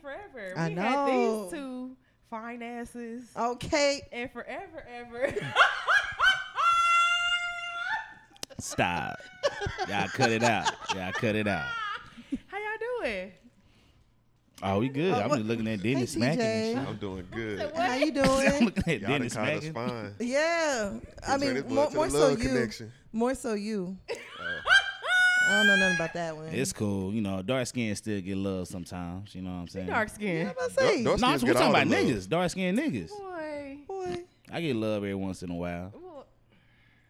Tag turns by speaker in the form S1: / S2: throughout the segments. S1: forever.
S2: I
S1: we had
S2: know. Oh.
S1: these two finances
S2: Okay.
S1: and forever ever.
S3: Stop. Y'all cut it out. Y'all cut it out.
S1: How y'all doing?
S3: Oh, we good.
S2: Oh,
S3: I'm
S2: what-
S3: just looking at Denny
S2: Hey,
S3: smacking
S2: DJ.
S3: and
S4: I'm doing good.
S1: What?
S2: How you
S3: shit. I'm
S2: doing?
S3: looking at
S4: Y'all
S3: Denny
S4: done caught us
S3: smacking.
S4: fine.
S2: yeah. I
S4: Turn this
S2: mean,
S4: blood
S2: more,
S4: to
S2: more
S4: the
S2: so
S4: love
S2: you.
S4: Connection. Uh.
S2: More so you. I don't know nothing about that one.
S3: It's cool. You know, dark skin still get love sometimes. You know what I'm saying?
S1: Dark
S2: yeah,
S1: skin.
S2: I'm about to say.
S4: Don't-
S3: No, I'm-
S4: skins
S3: we're
S4: get all
S3: talking about
S4: the love.
S3: niggas. Dark skinned niggas.
S1: Boy.
S2: Boy.
S3: I get love every once in a while.
S1: Well,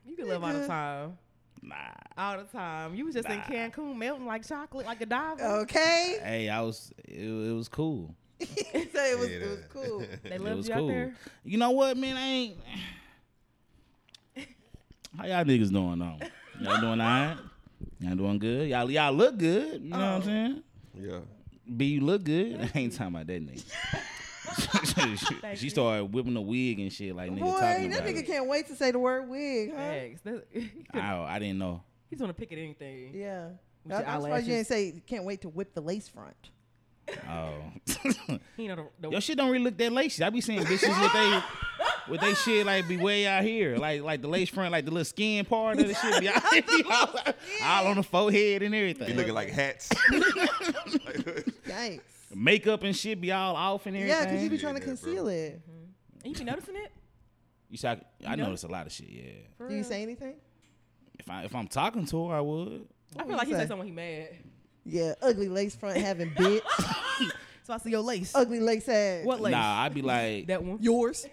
S1: you can live all
S2: Nigga.
S1: the time.
S3: Nah.
S1: All the time. You was just in
S3: Nah.
S1: Cancun melting like chocolate, like a diver.
S2: Oh. Okay.
S3: Hey, I was. It, it was cool.
S2: so it was,
S4: Yeah,
S2: it was
S4: that-
S2: cool.
S1: They
S3: it
S1: loved
S3: was
S1: you
S3: cool.
S1: out there.
S3: You know what, man? I ain't. How y'all niggas doing though? Y'all doing all right? Y'all doing good? Y'all y'all look good. You know what I'm
S2: Oh.
S3: saying?
S4: Yeah.
S3: B, you look good. I ain't talking about that nigga.
S1: Thank
S3: she
S1: you.
S3: started whipping the wig and shit like nigga
S2: Boy,
S3: talking
S2: that
S3: about
S2: nigga
S3: it.
S2: can't wait to say the word wig, huh?
S1: Thanks. That- he could-
S3: I, I didn't know.
S1: He's gonna pick at anything.
S2: Yeah.
S1: With
S2: I,
S1: your
S2: I'm surprised you didn't
S1: eyelashes.
S2: say can't wait to whip the lace front.
S3: Oh,
S1: He know the, the
S3: your shit don't really look that lacy. I be seeing bitches with they with they shit like be way out here, like like the lace front, like the little skin part of the shit be out here, be all, all on the forehead and
S4: Be
S3: everything.
S4: looking like hats.
S2: Yikes.
S3: makeup and shit be all off and everything.
S2: Yeah, because you be
S4: Yeah,
S2: trying to
S4: yeah, bro.
S2: conceal it.
S1: You be noticing it?
S3: You see, I, I
S1: know?
S3: notice a lot of shit. Yeah,
S1: For
S2: Do you
S1: real?
S2: say anything?
S3: if I if I'm talking to her, I would.
S1: I
S2: you
S1: feel like he
S2: say?
S1: said someone he mad.
S2: Yeah, ugly lace front having bitch.
S1: So I see your lace.
S2: ugly lace ass.
S1: what lace?
S3: Nah, I'd be like,
S1: that one.
S2: Yours?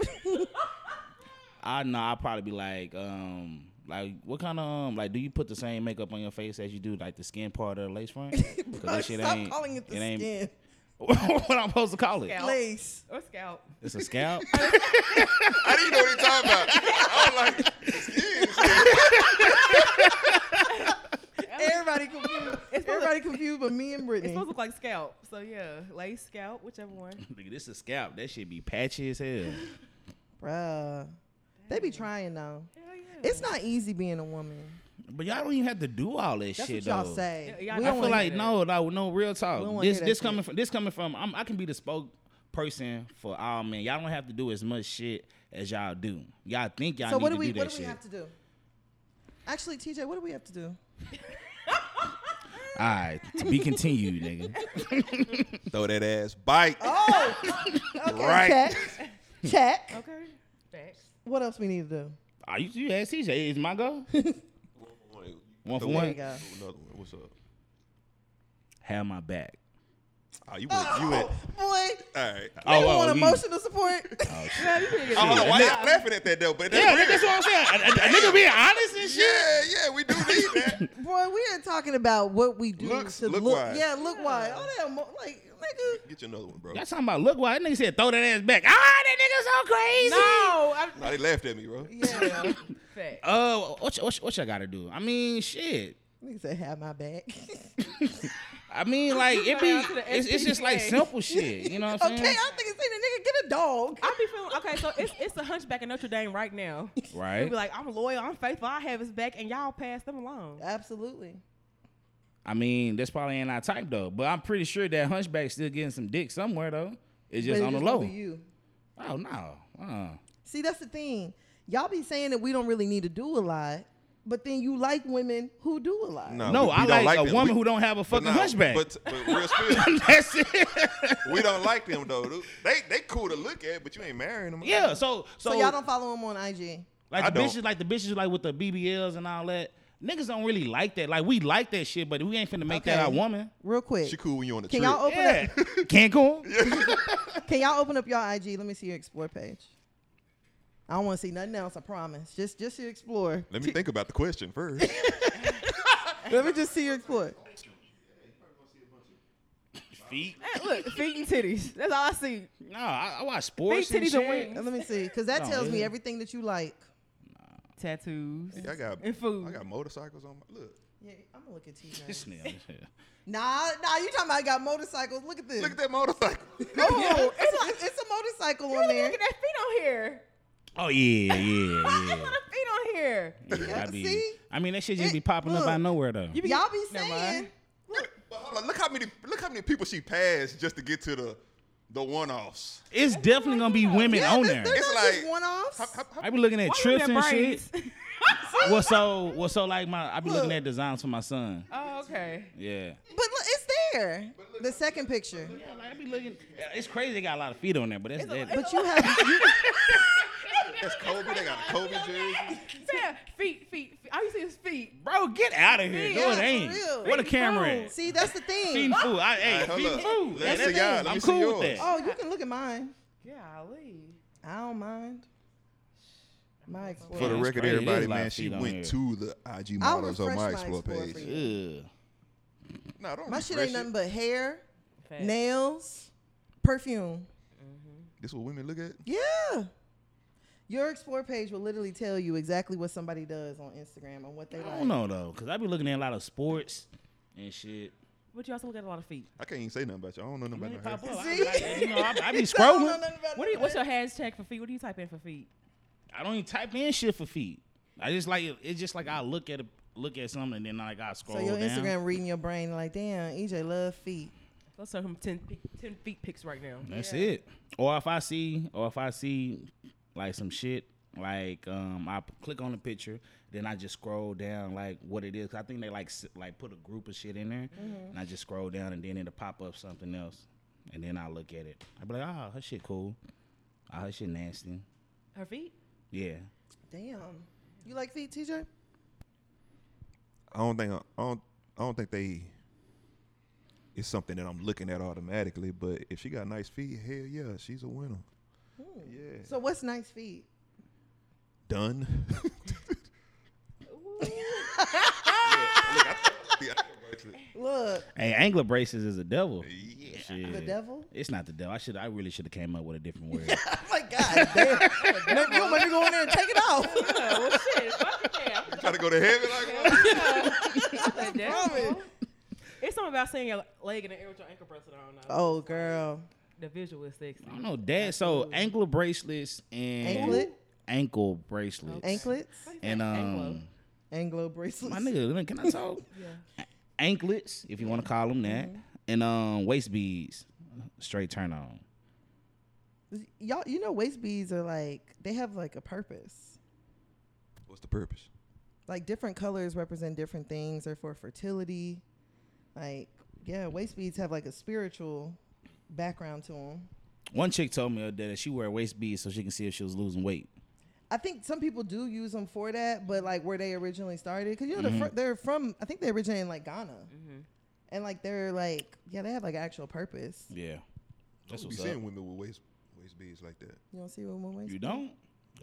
S3: I know nah, I'd probably be like, um, like what kind of um, like do you put the same makeup on your face as you do like the skin part of the lace front? 'Cause that
S2: Bro,
S3: shit
S2: Stop
S3: ain't-
S2: calling it the
S3: ain't-
S2: skin.
S3: what I'm supposed to call it?
S1: Scalp.
S2: Lace.
S1: Or scalp.
S3: It's a scalp.
S4: I didn't know what he talking about. I was like,
S2: Everybody confused. Everybody confused, but me and
S1: It's
S2: Brittany.
S1: supposed to look like scalp. So yeah, lace, scalp, whichever one.
S3: Nigga, this is scalp. That shit be patchy as hell.
S2: Bruh. They be trying though.
S1: Hell yeah.
S2: It's not easy being a woman.
S3: But y'all don't even have to do all that
S2: That's
S3: shit
S2: what y'all
S3: though.
S2: say.
S1: Yeah, y'all
S2: We
S1: do.
S2: don't
S3: I feel
S2: wanna
S3: like
S2: hear
S3: no, no, no real
S2: We don't
S3: talk.
S2: wanna
S3: This
S2: hear that
S3: this
S2: shit.
S3: coming from this coming from I'm, I can be the spokesperson for all men. Y'all don't have to do as much shit as y'all do. Y'all think
S2: that.
S3: y'all
S2: So
S3: need
S2: what do
S3: to
S2: we
S3: do
S2: what
S3: that
S2: do we
S3: shit.
S2: have to do? Actually, TJ, what do we have to do?
S3: all right, to be continued, nigga.
S4: throw that ass bike.
S2: Oh, okay,
S4: Right.
S2: check, check.
S1: Okay. Thanks.
S2: What else we need to do?
S3: Are you you ask TJ? Is my go? One for
S4: Throw
S3: one.
S2: There you go.
S4: Another one. What's up?
S3: Have my back.
S4: Oh, you went. You went.
S2: boy,
S4: All right.
S2: they
S3: oh,
S2: want
S3: we-
S2: emotional support.
S1: Yeah, you can get
S4: Oh, hold on. Why
S3: Yeah.
S4: y'all laughing at that though? But
S3: Yeah,
S4: that's
S3: that-
S4: real.
S3: that's what I'm saying. A, a- a nigga being honest and shit.
S4: Yeah, yeah, we do need that.
S2: boy, we are talking about what we do
S4: Looks,
S2: to
S4: look
S2: look.
S4: wise.
S2: Yeah, look why. All that emo- like, nigga.
S4: Get you another one, bro.
S3: Y'all talking about look why that nigga said throw that ass back. Ah, that
S1: No, I'm
S4: Nah, they laughed at me, bro.
S2: Yeah,
S1: fat.
S3: nigga so crazy. No. Uh, what y- what y- what y'all gotta do? I mean, shit.
S2: nigga said have my back.
S3: I mean, like it be,
S1: Shout out to the
S3: it's, it's just like
S1: SPCA.
S3: simple shit. You know what I'm
S2: okay,
S3: saying?
S2: I'm thinking, say the nigga get a dog.
S1: I be feeling okay. So it's it's the hunchback in Notre Dame right now.
S3: Right.
S1: Be like, I'm loyal, I'm faithful, I have his back, and y'all pass them along.
S2: Absolutely.
S3: I mean, that's probably ain't our type though. But I'm pretty sure that Hunchback's still getting some dick somewhere though. It's just
S2: But it
S3: on the
S2: gonna
S3: low.
S2: be You.
S3: Oh no. Uh.
S2: See, that's the thing. Y'all be saying that we don't really need to do a lot, but then you like women who do a lot.
S4: Nah,
S3: No,
S4: Uh, we- we
S3: I
S4: don't
S3: like, a
S4: them.
S3: woman
S4: We-
S3: who don't have a
S4: but
S3: fucking
S4: nah,
S3: hunchback.
S4: But, but real spill,
S3: that's it.
S4: we don't like them though. dude. They they cool to look at, but you ain't marrying them.
S3: yeah. So so,
S2: So, y'all don't follow him on IG.
S3: like
S4: I
S3: the
S4: don't.
S3: bitches like the bitches like with the BBLs and all that. Niggas don't really like that. Like we like that shit, but we ain't finna make that
S2: Okay.
S3: our woman.
S2: Real quick.
S4: she cool when you on the
S2: Can
S4: trip.
S2: y'all open
S3: Yeah. Cancun.
S2: up can y'all open up your IG? Let me see your explore page. I don't want to see nothing else, I promise. Just just your explore.
S4: Let me think about the question first.
S2: Let me just see your explore.
S3: Feet.
S1: Hey, Look, feet and titties. That's all I see.
S3: No, I, I watch sports
S1: Feet,
S3: and
S1: titties, and
S3: shit.
S1: wings.
S2: Let me see. Cause that
S3: No,
S2: tells me
S3: yeah.
S2: everything that you like.
S1: Tattoos.
S4: I got
S1: And food.
S4: I got motorcycles on my look.
S2: Yeah, I'm gonna look at
S3: This
S2: TJ.
S3: nigga.
S2: Nah, nah, you talking about I got motorcycles. Look at this.
S4: Look at that motorcycle.
S2: Oh, it's, a, it's a motorcycle
S1: You
S2: on
S1: look
S2: there.
S1: at that feet on here.
S3: Oh yeah, yeah,
S1: There's
S3: yeah.
S1: a lot of feet on here.
S3: Yeah, I,
S2: Yeah,
S3: be,
S2: see?
S3: I mean, that shit just
S2: It-
S3: be popping up out
S2: look.
S3: of nowhere though.
S1: You
S2: Y'all be
S1: Never
S2: saying
S1: mind.
S4: But hold on, look how many look how many people she passed just to get to the the one offs.
S3: It's definitely gonna be women
S2: Yeah,
S3: on
S2: this-
S3: there.
S2: they're
S4: It's
S2: not just
S4: like-
S2: one-offs.
S3: I be looking at
S1: Why you
S3: trips
S1: in
S3: and
S1: braids?
S3: shit. Well, so well, so like my I be looking
S2: Look.
S3: at designs for my son.
S1: oh, okay.
S3: Yeah.
S2: But look, it's there. The second picture.
S3: Yeah, like I be looking. yeah, It's crazy. They got a lot of feet on there, but that's that.
S2: But you have you,
S4: That's Kobe. They got a Kobe jersey.
S1: Yeah, feet, feet, feet. All you see is feet.
S3: bro, get out of here.
S2: Yeah,
S3: no, it
S2: for
S3: ain't.
S2: real.
S3: Where the camera at?
S2: see that's the
S3: Feeding
S2: thing.
S3: food. I hey,
S4: All right,
S3: feeding
S4: hold up.
S3: food.
S4: Let me
S3: That's
S4: see y'all.
S3: it.
S4: Let
S3: I'm
S4: me see
S3: cool
S4: yours.
S3: with that.
S2: Oh, you can look at mine.
S1: Golly.
S2: I don't mind. My explore.
S4: For the
S3: Yeah, it's
S4: record,
S3: crazy. It is
S4: everybody,
S3: a lot
S4: man,
S3: of
S4: she
S3: feet on
S4: went
S3: here.
S4: to the IG
S2: I'll
S4: models on
S2: refresh
S4: my
S2: my
S4: explore
S2: Explore for
S4: page.
S2: you.
S3: Ugh.
S4: No, don't.
S2: My shit
S4: refresh
S2: ain't
S4: it.
S2: nothing but hair,
S1: Fat.
S2: nails, perfume.
S4: This what women look at.
S2: Yeah. Your explore page will literally tell you exactly what somebody does on Instagram and what they
S3: I
S2: like.
S3: don't know though, cause I be looking at a lot of sports and shit.
S1: But you also look at a lot of feet.
S4: I can't even say nothing about you. I don't know nothing
S3: When
S4: about
S3: it
S4: her.
S3: pop up, I
S2: See?
S3: be, like, you know, I, I be
S2: I don't know
S3: scrolling.
S2: nothing about
S1: What do you,
S2: that.
S1: what's your hashtag for feet? What do you type in for feet?
S3: I don't even type in shit for feet. I just like it's just like I look at a, look at something and then like I scroll
S2: so your
S3: down.
S2: Instagram reading your brain like, damn, EJ love feet.
S1: Let's show him 10, pe- 10 feet pics right now.
S3: That's it. Or if I see, or if I see like some shit, like um, I p- click on the picture, then I just scroll down like what it is. 'Cause I think they like s- like put a group of shit in there,
S2: Mm-hmm.
S3: and I just scroll down, and then it'll pop up something else, and then I look at it. I be like, ah, her shit cool. Ah, her shit nasty.
S1: Her feet?
S3: Yeah.
S2: Damn. You like feet, TJ?
S4: I don't think I don't. I don't think they. It's something that I'm looking at automatically. But if she got nice feet, hell yeah, she's a winner.
S1: Hmm.
S4: Yeah.
S2: So what's nice feet?
S4: Done.
S2: Look,
S3: Hey, angler braces is a devil.
S4: yeah.
S3: Shit.
S2: the devil.
S3: It's not the devil. I should. I really should have came up with a different word.
S2: Oh my god, damn. Man, you don't want me to go in there and take it
S1: Oh,
S2: off.
S1: well, shit. Fuck yeah.
S4: Try to go to heaven like what?
S1: That's
S2: promise.
S1: cool. It's something about seeing your leg in an aerial ankle bracelet. I don't know.
S2: Oh girl.
S1: The visual is sexy.
S3: I don't know, Dad. So ankle bracelets and
S2: Anklet?
S3: ankle bracelets.
S2: Anklets?
S3: and
S1: Ankle.
S3: um,
S2: Anglo bracelets.
S3: my nigga, can I talk?
S1: Yeah.
S3: Anklets, if you want to call them that, and um, waist beads, straight turn on.
S2: Y'all you know waist beads are like they have like a purpose.
S4: What's the purpose?
S2: Like different colors represent different things. They're for fertility. Like, yeah, waist beads have like a spiritual background to them.
S3: One chick told me the other day that she wear waist beads so she can see if she was losing weight.
S2: I think some people do use them for that, but like where they originally started, because you know they're, fr- they're from. I think they originated in like Ghana, and like they're like yeah, they have like actual purpose.
S3: Yeah, that's
S4: You
S3: what's up.
S4: seeing women with waist waist beads like that?
S2: You don't see what one waist.
S3: You don't?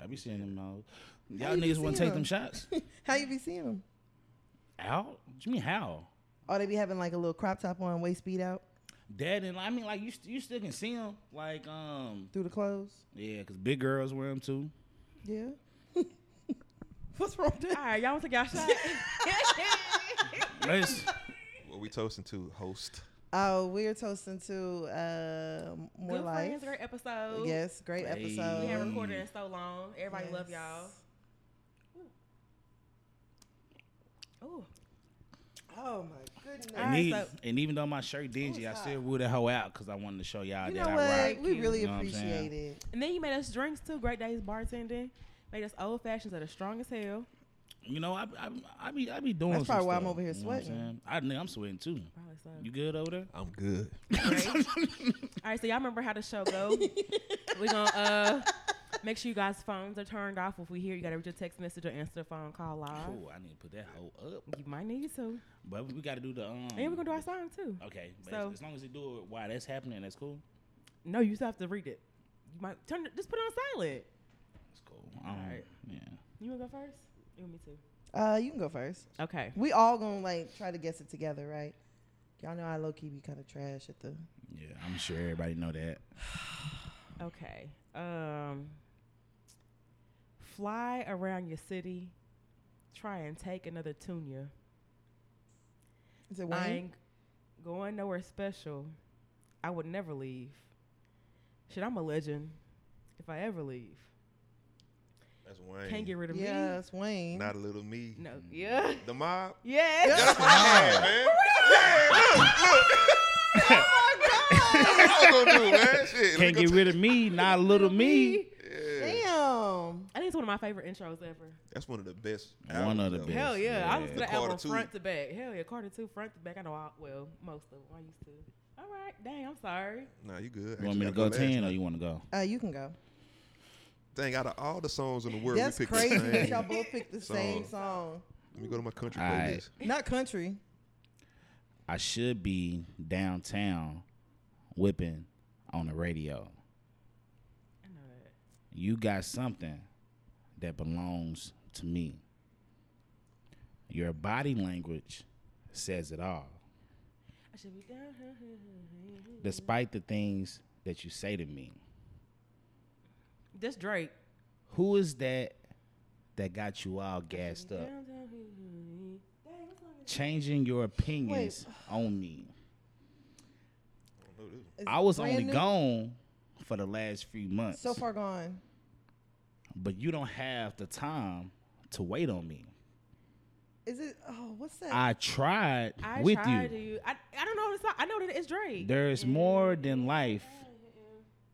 S3: I be seeing them. all. Y'all
S2: you be
S3: niggas want to
S2: seeing
S3: take them
S2: them?
S3: shots?
S2: How you be seeing them?
S3: Out? What you mean how?
S2: Oh, they be having like a little crop top on, waist beat out
S3: Dad and I mean like you, st- you still can see them. Like um,
S2: through the clothes.
S3: yeah, cause big girls wear them too.
S2: Yeah. What's wrong with
S1: All
S2: that?
S1: right, y'all want to take y'all shot?
S3: Let's-
S4: What we toasting to? Host.
S2: Oh, we're toasting to uh, more
S1: Good
S2: life.
S1: friends, great episode.
S2: Yes, great
S3: Hey.
S1: We
S2: episode.
S1: haven't recorded in so long. Everybody love
S2: Yes.
S1: y'all. Ooh.
S2: Oh my goodness.
S1: All
S3: and,
S1: right,
S3: e-
S1: so-
S3: and even though my shirt dingy, I still ruled that hoe out because I wanted to show y'all
S2: you
S3: that
S2: know
S3: I
S2: what?
S3: rock.
S2: We
S1: you.
S2: really
S3: Know what I'm saying?
S2: appreciate it.
S1: And then you made us drinks too. Great days bartending. Made us old fashions that are strong as hell.
S3: You know, I, I, I be I be doing.
S2: That's
S3: some
S2: probably why I'm
S3: stuff,
S2: over here
S3: you know what I'm
S2: sweating.
S3: saying? I think I'm sweating too.
S1: Probably so.
S3: You good over there?
S4: I'm good.
S1: Right? All right, so y'all remember how the show go? We're gonna uh, make sure you guys' phones are turned off. If we hear, you gotta reach a text message or answer the phone call live.
S3: Oh, I need to put that hoe up.
S1: You might need to.
S3: But we got to do the um.
S1: And we're gonna do our song too.
S3: Okay, but
S1: So-
S3: as, as long as you do it while that's happening, that's cool.
S1: No, you still have to read it. You might turn it, just put it on silent.
S3: That's cool. Um,
S1: Alright.
S3: Yeah.
S1: You wanna go first? You want me to?
S2: Uh, you can go first.
S1: Okay.
S2: We all gonna like try to guess it together, right? Y'all know I low key be kind of trash at the.
S3: Yeah, I'm sure everybody know that.
S1: Okay. Um, fly around your city. Try and take another tunia.
S2: Is it
S1: I
S2: Wayne?
S1: ain't going nowhere special. I would never leave. Shit, I'm a legend. If I ever leave,
S4: That's Wayne.
S1: can't get rid of
S2: Yeah, it's Wayne.
S4: Not a little
S1: me.
S4: me.
S1: No. Yeah.
S4: The mob.
S1: Yes.
S4: That's what I had, man. Yeah, look, look. That's what I was gonna do, man. Shit. shit.
S3: Can't get rid of me, not little me.
S2: Damn.
S1: I think it's one of my favorite intros ever.
S4: That's one of the best.
S3: One of the
S4: albums
S3: best.
S4: ever.
S1: Hell yeah. I was
S3: yeah.
S1: to that
S4: The Carter
S1: album
S4: two.
S1: front to back. Hell yeah, Carter two front to back. I know I well most of them. I used to. All right, dang, I'm sorry.
S4: Nah, you good.
S3: You want me to go ten or you want to go?
S2: Uh, you can go.
S4: Thing out of all the songs in the world,
S2: That's
S4: we picked the
S2: crazy that
S4: same.
S2: y'all both picked the same song.
S4: Let me go to my country
S3: All right.
S4: playlist.
S2: Not country.
S3: I should be downtown, whipping on the radio.
S1: I know that.
S3: You got something that belongs to me. Your body language says it all.
S1: I should be down.
S2: Mm-hmm.
S3: Despite the things that you say to me,
S1: This Drake.
S3: who is that that got you all gassed up?
S1: Down, down, hoo, hoo, hoo. Dang, what song is-
S3: Changing your opinions on me.
S2: It's
S3: I was
S2: brand
S3: only
S2: new.
S3: gone for the last few months.
S2: So far gone.
S3: But you don't have the time to wait on me.
S2: Is it? Oh, what's that?
S3: I tried
S1: I
S3: with
S1: tried
S3: you.
S1: to you. I, I don't know. It's not, I know that it's Drake.
S3: There is more than life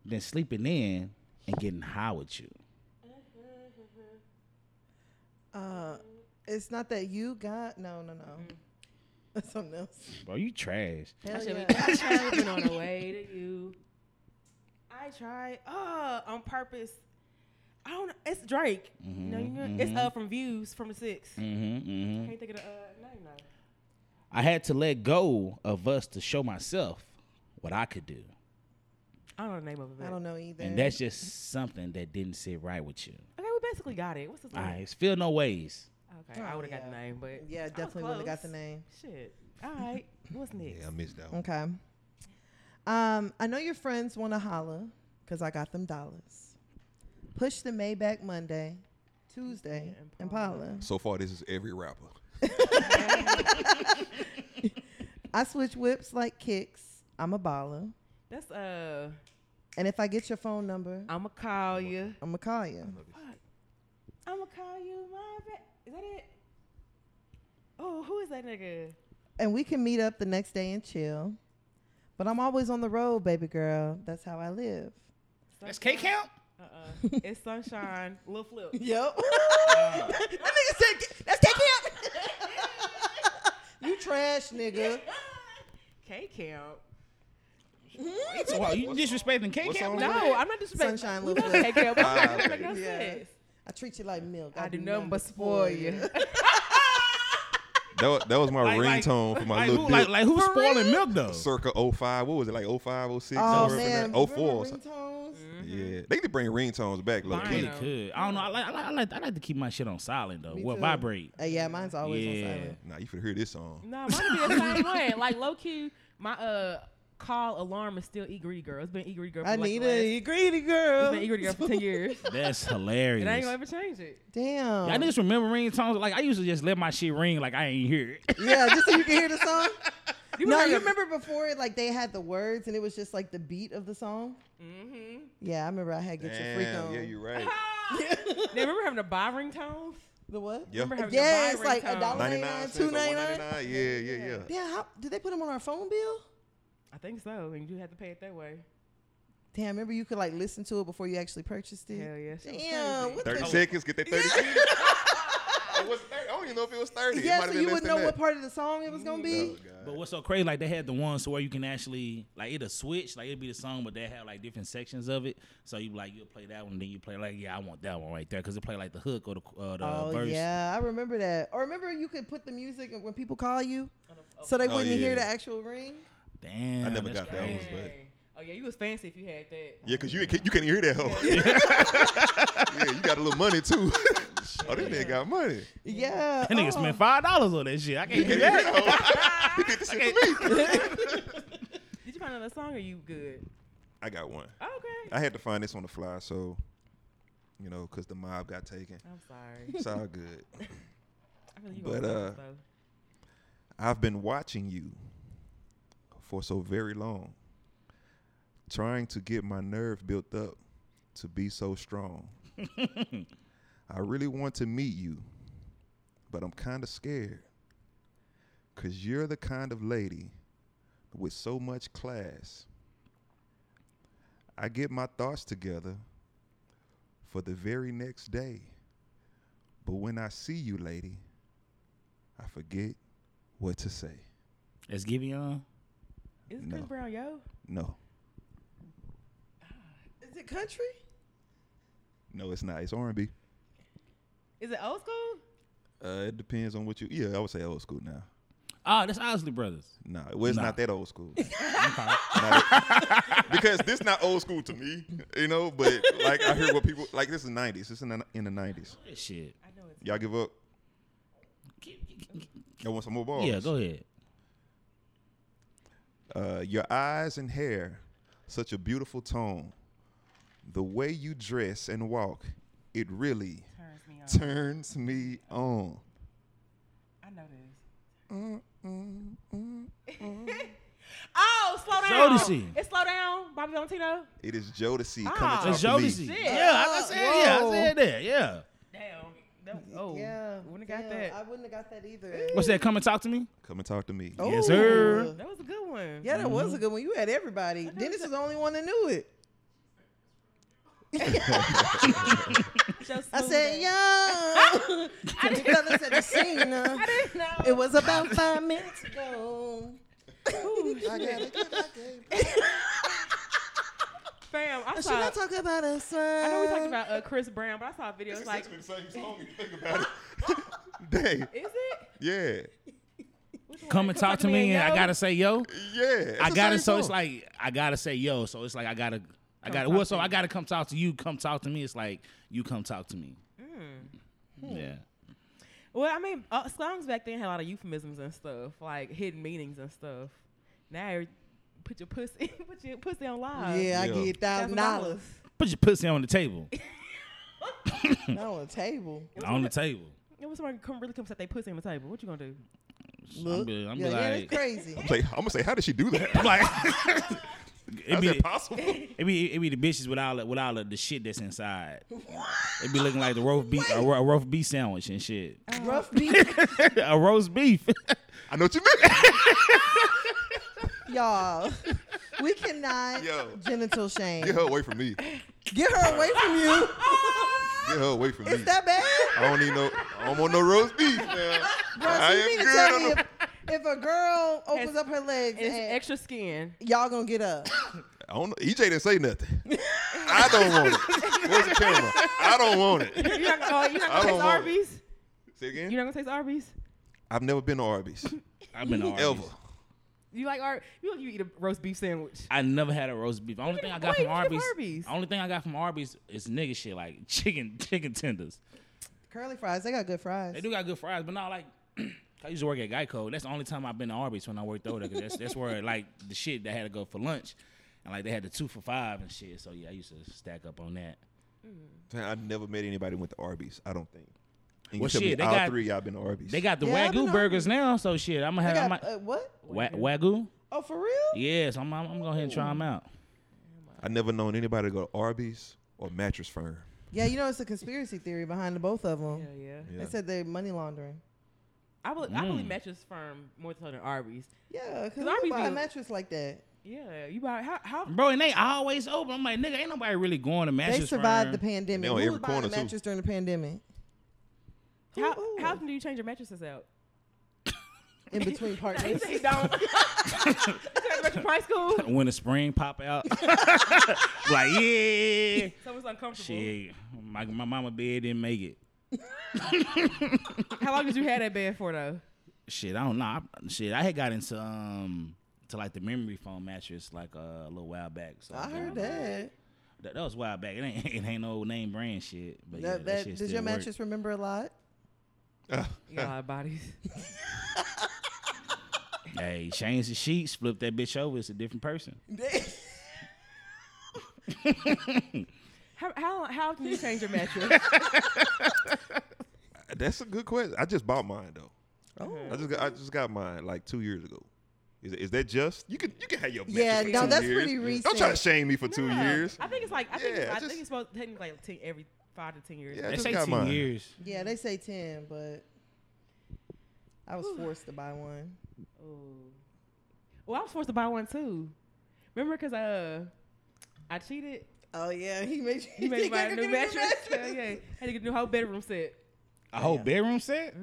S3: than sleeping in and getting high with you.
S2: uh, it's not that you got. No, no, no.
S1: Mm.
S2: That's something else.
S3: Bro, you trash.
S1: I
S2: Hell
S1: should be
S2: yeah.
S1: down, down, whipping on the way to you. I tried. Uh, on purpose. I don't. know. It's Drake. no, you know, it's uh from Views from the 6
S3: Mm-hmm,
S1: I
S3: mm-hmm.
S1: can't think of the uh, name now.
S3: I had to let go of us to show myself what I could do.
S1: I don't know the name of it.
S2: I don't know either.
S3: And that's just something that didn't sit right with you.
S1: Okay, we basically got it. What's his
S3: I
S1: name?
S3: feel no ways.
S1: Okay, I
S2: Oh,
S1: would have got the
S2: yeah.
S1: name, but I
S2: yeah,
S1: was
S2: definitely would have got the
S1: close.
S2: name.
S1: Shit. All right. What's next?
S4: Yeah, I missed that one.
S2: Okay. Um, I know your friends want to holla because I got them dollars. Push the Maybach Monday, Tuesday,
S1: Yeah, Impala.
S2: Impala.
S4: So far, this is every rapper.
S2: I switch whips like kicks. I'm a baller.
S1: That's uh,
S2: And if I get your phone number,
S1: I'ma call you.
S2: I'm going to call you.
S1: I'ma call you my. Ba- is that it? Oh, who is that nigga?
S2: And we can meet up the next day and chill. But I'm always on the road, baby girl. That's how I live.
S3: That's K count?
S1: Uh-uh. it's sunshine. Lil flip.
S2: Yep. that nigga said, "Get- that's take him. you trash, nigga.
S1: K count.
S3: So, wow, you disrespecting K
S4: what's
S3: count?
S4: on
S1: No, I'm not disrespecting.
S2: Sunshine
S1: we
S2: Lil
S1: know
S2: Flip.
S1: K count. but I'm not
S4: Ah,
S1: gonna make no
S4: okay.
S2: Yeah.
S1: sense.
S2: I treat you like milk.
S1: I do nothing but spoil you.
S4: That was, that was my
S3: Like- like-
S4: ringtone for my
S3: like,
S4: little
S3: who, like, like who's
S1: For
S3: spoiling
S1: real?
S3: milk though?
S4: circa 05. What was it, like 05, 06?
S2: Oh
S4: somewhere up in
S2: man,
S4: there?
S2: remember mm-hmm.
S4: 04. or something.
S2: ringtones?
S4: Yeah, they need to bring ringtones back, low
S1: Fine.
S3: Really
S4: key.
S1: know.
S3: could. I don't know. I like, I like I like I like to keep my shit on silent though.
S2: Me
S3: What
S2: too.
S3: vibrate?
S2: Uh, yeah, mine's always
S3: Yeah.
S2: on silent.
S4: Nah, you finna hear this song.
S1: Nah, mine be the same way. Like low key, my uh call alarm is still E Greedy Girl. It's been E Greedy Girl for
S2: I
S1: like
S2: need
S1: the last,
S2: a greedy girl.
S1: it's been E Greedy Girl for ten years.
S3: That's
S1: And I ain't gonna
S3: hilarious.
S1: ever change it.
S2: Damn.
S3: I just remember ringtones. Like I used to just let my shit ring like I ain't hear it.
S2: yeah, just so you can hear the song.
S1: You
S2: no, you remember before like they had the words and it was just like the beat of the song.
S1: Mm-hmm.
S2: Yeah, I remember I had get your freak on.
S4: Damn, yeah, you're right.
S1: They remember having to buy ringtones.
S2: the what?
S4: Yeah.
S1: Remember having
S2: Yeah,
S1: to
S2: it's
S1: buy
S2: like
S1: ringtones.
S2: a dollar.
S4: 99 cents or
S2: 2.99?
S4: 199. Yeah, yeah, yeah.
S2: Damn, how did they put them on our phone bill?
S1: I think so, and you had to pay it that way.
S2: Damn, remember you could like listen to it before you actually purchased it.
S1: Hell yeah, shit was
S2: Damn,
S1: crazy.
S2: what
S4: 30
S2: the
S4: seconds, get that 30 seconds. It was 30. I don't even know if it was 30. it
S2: Yeah,
S4: might
S2: so
S4: have been
S2: you
S4: less
S2: wouldn't know
S4: than
S2: what
S4: that.
S2: part of the song it was gonna be.
S4: Oh, God.
S3: But what's so crazy? Like they had the ones where you can actually like it'll switch. Like it'd be the song, but they have like different sections of it. So you like you'll play that one, then you play like yeah, I want that one right there because it play like the hook or the uh, the
S2: Oh
S3: verse.
S2: yeah, I remember that. Or remember you could put the music when people call you, so they
S4: Oh,
S2: wouldn't hear
S4: yeah.
S2: the actual ring.
S3: Damn,
S4: I never
S3: that's
S4: got that one,
S3: crazy.
S4: but-
S1: Dang. Oh yeah, you was fancy if you had that.
S4: Yeah, because you, ain't- you can't hear that hoe. Yeah. you got a little money, too. oh, this nigga got money.
S2: Yeah,
S3: That nigga
S2: oh.
S3: spent five dollars on that shit. I can't do
S4: He
S3: that.
S4: did this shit for me.
S1: Did you find another song? Or you good?
S4: I got one.
S1: Okay.
S4: I had to find this on the fly, so, you know, because the mob got taken.
S1: I'm sorry.
S4: It's all good.
S1: I feel like you
S4: But,
S1: gonna
S4: uh,
S1: lose, though.
S4: I've been watching you for so very long, trying to get my nerve built up to be so strong. I really want to meet you, but I'm kind of scared because you're the kind of lady with so much class. I get my thoughts together for the very next day. But when I see you, lady, I forget what to say.
S3: It's Giveon.
S1: Is
S4: No.
S1: Chris Brown yo?
S4: No,
S2: Is it country?
S4: no, it's not. It's R&B.
S1: Is it old school?
S4: Uh, it depends on what you. Yeah, I would say old school now.
S3: Oh, that's Osley Brothers.
S4: No, nah, well, it's
S3: Nah.
S4: not that old school.
S3: Okay.
S4: Not- because this not old school to me, you know. But like I hear what people like. This is '90s. This is in the, in the '90s.
S3: Shit.
S1: I know it's.
S4: Y'all give up. Y'all want some more balls?
S3: Yeah, go ahead.
S4: Uh, your eyes and hair, such a beautiful tone. The way you dress and walk, it really
S1: Turns me on.
S4: turns me on.
S1: I know this. oh, slow down.
S3: Jodeci.
S1: It's slow down. Bobby Valentino.
S4: It is Jodeci
S1: Ah.
S4: coming
S3: That's
S4: to talk to
S3: Jodeci.
S4: me.
S3: Yeah, I said, yeah, I
S2: Whoa.
S3: said that. Yeah.
S1: Damn. That was, oh, Wouldn't have got
S2: damn,
S1: that.
S2: I wouldn't have got that either.
S3: What's that? Come and talk to me.
S4: Come and talk to me.
S2: Oh.
S3: Yes, sir.
S1: that was a good one.
S2: Yeah, that was a good one. You had everybody. Dennis is the only one that knew it.
S1: Just
S2: I
S1: smooth
S2: said,
S1: it.
S2: yo. I didn't know at the scene. uh,
S1: I didn't know.
S2: It was about five minutes ago. I gotta get my game. back.
S1: Fam, I
S2: Should I
S1: saw.
S2: talk about us?
S1: I know we talked about uh, Chris Brown, but I saw a video. It's like, is
S4: same song. You think about it. Dang.
S1: it?
S4: Yeah.
S1: Which one?
S3: Come and talk to me, and I
S1: yo?
S3: gotta say yo.
S4: Yeah. it's
S3: I
S4: the
S3: gotta.
S4: same
S3: So it's
S4: song.
S3: like I gotta say yo. So it's like I gotta. I gotta.
S1: talk
S3: Well, so
S1: to
S3: I
S1: me.
S3: gotta come talk to you. Come talk to me. It's like you come talk to me.
S1: Hmm.
S3: Yeah.
S1: Well, I mean, uh, songs back then had a lot of euphemisms and stuff, like hidden meanings and stuff. Now, every- put your pussy, put your pussy on live.
S2: Yeah, I
S4: Yeah.
S2: get thousand dollars
S3: Put your pussy on the table.
S2: on a table.
S3: on the table.
S1: It was someone come really come set their pussy on the table. What you gonna do?
S2: Look,
S3: be- I'm be
S2: yeah, yeah,
S3: like-
S2: that's crazy.
S4: I'm, like, I'm gonna say, how did she do that?
S3: I'm like.
S4: How
S3: It'd
S4: is
S3: be,
S4: that possible?
S3: it be it be the bitches with all the, with all of the shit that's inside. It be looking like the roast beef a, ro- a roast beef sandwich and shit.
S1: Uh.
S2: Rough beef,
S3: a roast beef.
S4: I know what you mean.
S2: y'all. We cannot
S4: Yo.
S2: genital shame.
S4: Get her away from me.
S2: Get her away from you.
S1: Oh,
S4: Get her away from me.
S2: Is that bad?
S4: I don't need no. I don't want no roast beef, man.
S2: Bro, so
S4: I
S2: you
S4: am
S2: mean to
S4: good
S2: tell
S4: on
S2: me
S4: the-
S2: if, if a girl opens
S1: Has-
S2: up her legs,
S1: And it's
S2: and
S1: extra skin.
S2: y'all gonna get up?
S4: I don't. EJ didn't say nothing. I don't want it. Where's the camera? I don't want it.
S1: You're not gonna, oh, you're not gonna
S4: I don't
S1: taste
S4: know.
S1: Arby's.
S4: Say again.
S1: You're not gonna taste Arby's.
S4: I've never been to Arby's
S3: I've been to Arby's.
S4: ever.
S1: You like Arby's? You like you eat a roast beef sandwich.
S3: I never had a roast beef. The only thing I
S1: Wait,
S3: got from
S1: you get
S3: Arby's,
S1: Arby's.
S3: only thing I got from Arby's is nigga shit like chicken chicken tenders.
S2: Curly fries, they got good fries.
S3: They do got good fries, but not like I used to work at Geico. That's the only time I've been to Arby's when I worked over there. 'cause that's that's where like the shit that had to go for lunch, and like they had the two for five and shit. So yeah, I used to stack up on that.
S4: Man, I've never met anybody who went to Arby's. I don't think. And you
S3: Well,
S4: tell me
S3: shit, they
S4: all
S3: got-
S4: three y'all been to Arby's.
S3: They got the
S2: Yeah, I've been
S3: wagyu
S2: to
S3: burgers now, so shit, I'm gonna
S2: They
S3: have I
S2: got,
S3: might,
S2: uh, what?
S3: wa- wagyu.
S2: Oh, for real?
S3: Yes, I'm, I'm I'm gonna go ahead and try them out.
S4: I never known anybody to go to Arby's or Mattress Firm.
S2: Yeah, you know it's a conspiracy theory behind the both of them.
S1: Yeah, yeah.
S4: Yeah.
S2: They said they're money laundering.
S1: I believe I believe
S3: Mm.
S1: Mattress Firm more so than Arby's.
S2: Yeah, because
S1: Arby's
S2: I buy a
S1: do-
S2: mattress like that.
S1: Yeah, you buy how how
S4: Mm.
S3: Bro, and they always open. I'm like, nigga, ain't nobody really going to matches.
S2: They survived the
S3: Firm.
S2: pandemic.
S4: They
S2: Who
S4: on every
S2: was buying
S4: corner,
S2: a
S4: too.
S2: mattress during the pandemic?
S1: how,
S2: Ooh, ooh.
S1: how often do you change your mattresses out?
S2: in between partners?
S1: They don't. Price school,
S3: when the spring pop out. like, yeah.
S1: so it's uncomfortable.
S3: Shit, my, my mama bed didn't make it.
S1: How long did you have that bed for though?
S3: Shit, I don't know. I, shit, I had got into um to like the memory foam mattress like uh, a little while back. So
S2: I
S3: you know,
S2: heard that.
S3: That, that was a while back. It ain't it ain't no name brand shit. But yeah,
S2: that,
S3: that,
S2: that-
S3: shit
S2: does your
S3: still work.
S2: mattress remember a lot?
S1: You got a lot of bodies.
S3: Hey, change the sheets, flip that bitch over. It's a different person.
S1: How how how often do you change your mattress?
S4: That's a good question. I just bought mine though.
S2: oh.
S4: I just got I just got mine like two years ago. Is, is that just? You can you can have your mattress
S2: Yeah,
S4: for
S2: no,
S4: two
S2: that's
S4: years.
S2: pretty recent.
S4: Don't try to shame me for two
S1: Yeah.
S4: years.
S1: I think it's like I think
S4: Yeah,
S1: it's, I
S4: just-
S1: think it's supposed to take like ten, every five to ten years.
S4: Yeah. I
S3: They
S4: just
S3: say
S4: got
S3: ten
S4: mine.
S3: years.
S2: Yeah, they say 10, but I was forced to buy one.
S1: Oh. Ooh. Well, I was forced to buy one too. Remember, cause uh, I cheated.
S2: Oh yeah, he made you.
S1: He made me buy a
S2: gotta
S1: new
S2: get
S1: mattress. Hell yeah, had to get a new whole bedroom set.
S3: A whole bedroom set?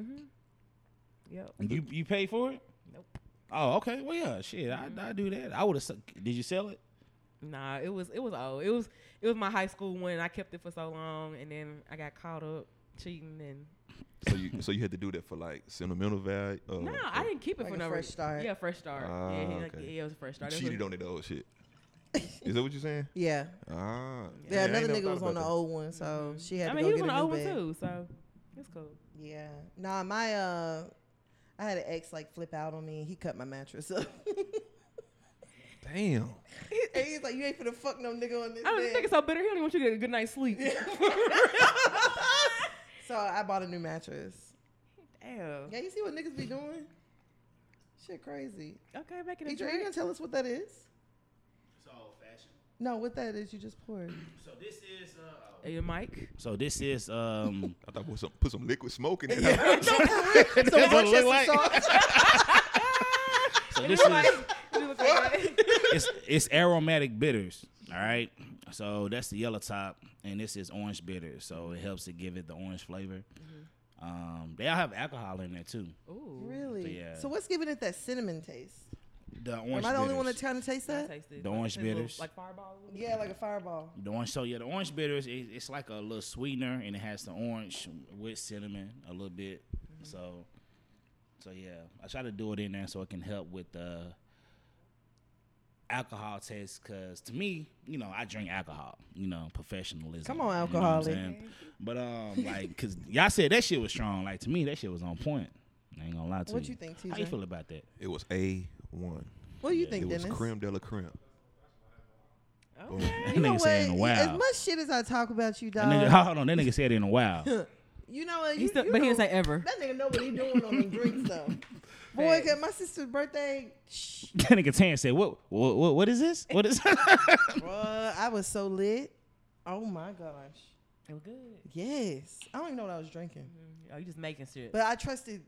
S1: Yep.
S3: You you paid for it?
S1: Nope.
S3: Oh, okay. Well, yeah, shit. I I do that. I would have. Did you sell it?
S1: Nah, it was it was old. It was it was my high school one. I kept it for so long, and then I got caught up cheating. And
S4: So you so you had to do that for like sentimental value. Uh,
S1: no, I didn't keep it
S2: Like
S1: for
S2: a
S1: no
S2: fresh
S1: reason.
S2: start.
S1: Yeah, fresh start. yeah, he,
S4: Ah,
S1: like,
S4: okay.
S1: yeah, it was a fresh start. It was
S4: cheated
S1: a-
S4: on it old shit. Is that what you're saying?
S2: Yeah.
S4: Ah,
S2: Yeah,
S4: I
S2: another
S4: ain't never
S2: nigga
S4: thought
S2: was
S4: about
S2: on the
S4: that.
S2: old one, so she had
S1: Mm-hmm. I mean,
S2: to go
S1: he was
S2: get
S1: on the
S2: a new
S1: old one too,
S2: bed.
S1: so it's cool.
S2: Yeah. Nah, my uh, I had an ex like flip out on me. He cut my mattress up.
S4: Damn.
S2: and he's like, "You ain't finna fuck no nigga on this
S1: I was
S2: bed."
S1: thinking so bitter. He don't even want you to get a good night's sleep.
S2: So I bought a new mattress.
S1: Damn.
S2: Yeah, you see what niggas be doing? Shit, crazy.
S1: Okay, back in the
S2: Adrian, you
S1: day.
S2: gonna tell us what that is?
S3: It's old fashioned.
S2: No, what that is you just poured.
S3: So this is. Uh,
S1: Your mic.
S3: so this is. Um.
S4: I thought put some put some liquid smoke in it.
S2: so
S3: That's what it look
S2: Worcester
S3: like.
S2: sauce.
S3: so
S1: It
S3: this
S1: look
S3: is.
S1: like- it look like that.
S3: it's it's aromatic bitters. All right. So that's the yellow top, and this is orange bitter. So it helps to give it the orange flavor.
S2: Mm-hmm.
S3: Um, they all have alcohol in there too.
S1: Ooh.
S2: Really?
S3: Yeah.
S2: So what's giving it that cinnamon taste?
S3: The orange.
S2: Am I the only one that's
S3: bitters.
S2: trying to taste
S1: I
S2: that?
S1: tasted
S3: The
S1: like
S3: orange
S1: a little-
S3: bitters.
S1: Like fireball.
S2: Yeah, like a fireball.
S3: The orange, so yeah, the orange bitters, it, it's like a little sweetener, and it has the orange with cinnamon a little bit.
S2: Mm-hmm.
S3: So, so yeah, I try to do it in there so it can help with the alcohol taste. Cause to me, you know, I drink alcohol. You know, professionalism.
S2: Come on,
S3: you know what I'm
S2: alcoholic.
S3: saying? But um, like, cause y'all said that shit was strong. Like to me, that shit was on point. I ain't gonna lie to
S2: What
S3: you.
S2: you think,
S3: How you
S2: TJ?
S3: feel about that?
S4: It was a one.
S2: What do you
S3: Yeah,
S2: think,
S4: It was
S2: Dennis?
S4: creme de la creme.
S1: Okay.
S3: That
S2: You know
S3: nigga said in a
S2: what?
S3: while.
S2: As much shit as I talk about you,
S3: That nigga,
S2: dog.
S3: hold on, that nigga said in a while.
S2: You know what?
S1: He
S2: You,
S1: still,
S2: you
S1: but he
S2: know-
S1: didn't say ever.
S2: that nigga know what he doing on them drinks though. Boy,
S1: Facts.
S2: cause my sister's birthday. Shh,
S3: that nigga Tan said, "What? What? What, what is this? What is?"
S2: bruh, I was so lit. Oh my gosh.
S1: It was good.
S2: Yes, I don't even know what I was drinking,
S1: Oh, you just making shit.
S2: but I trusted.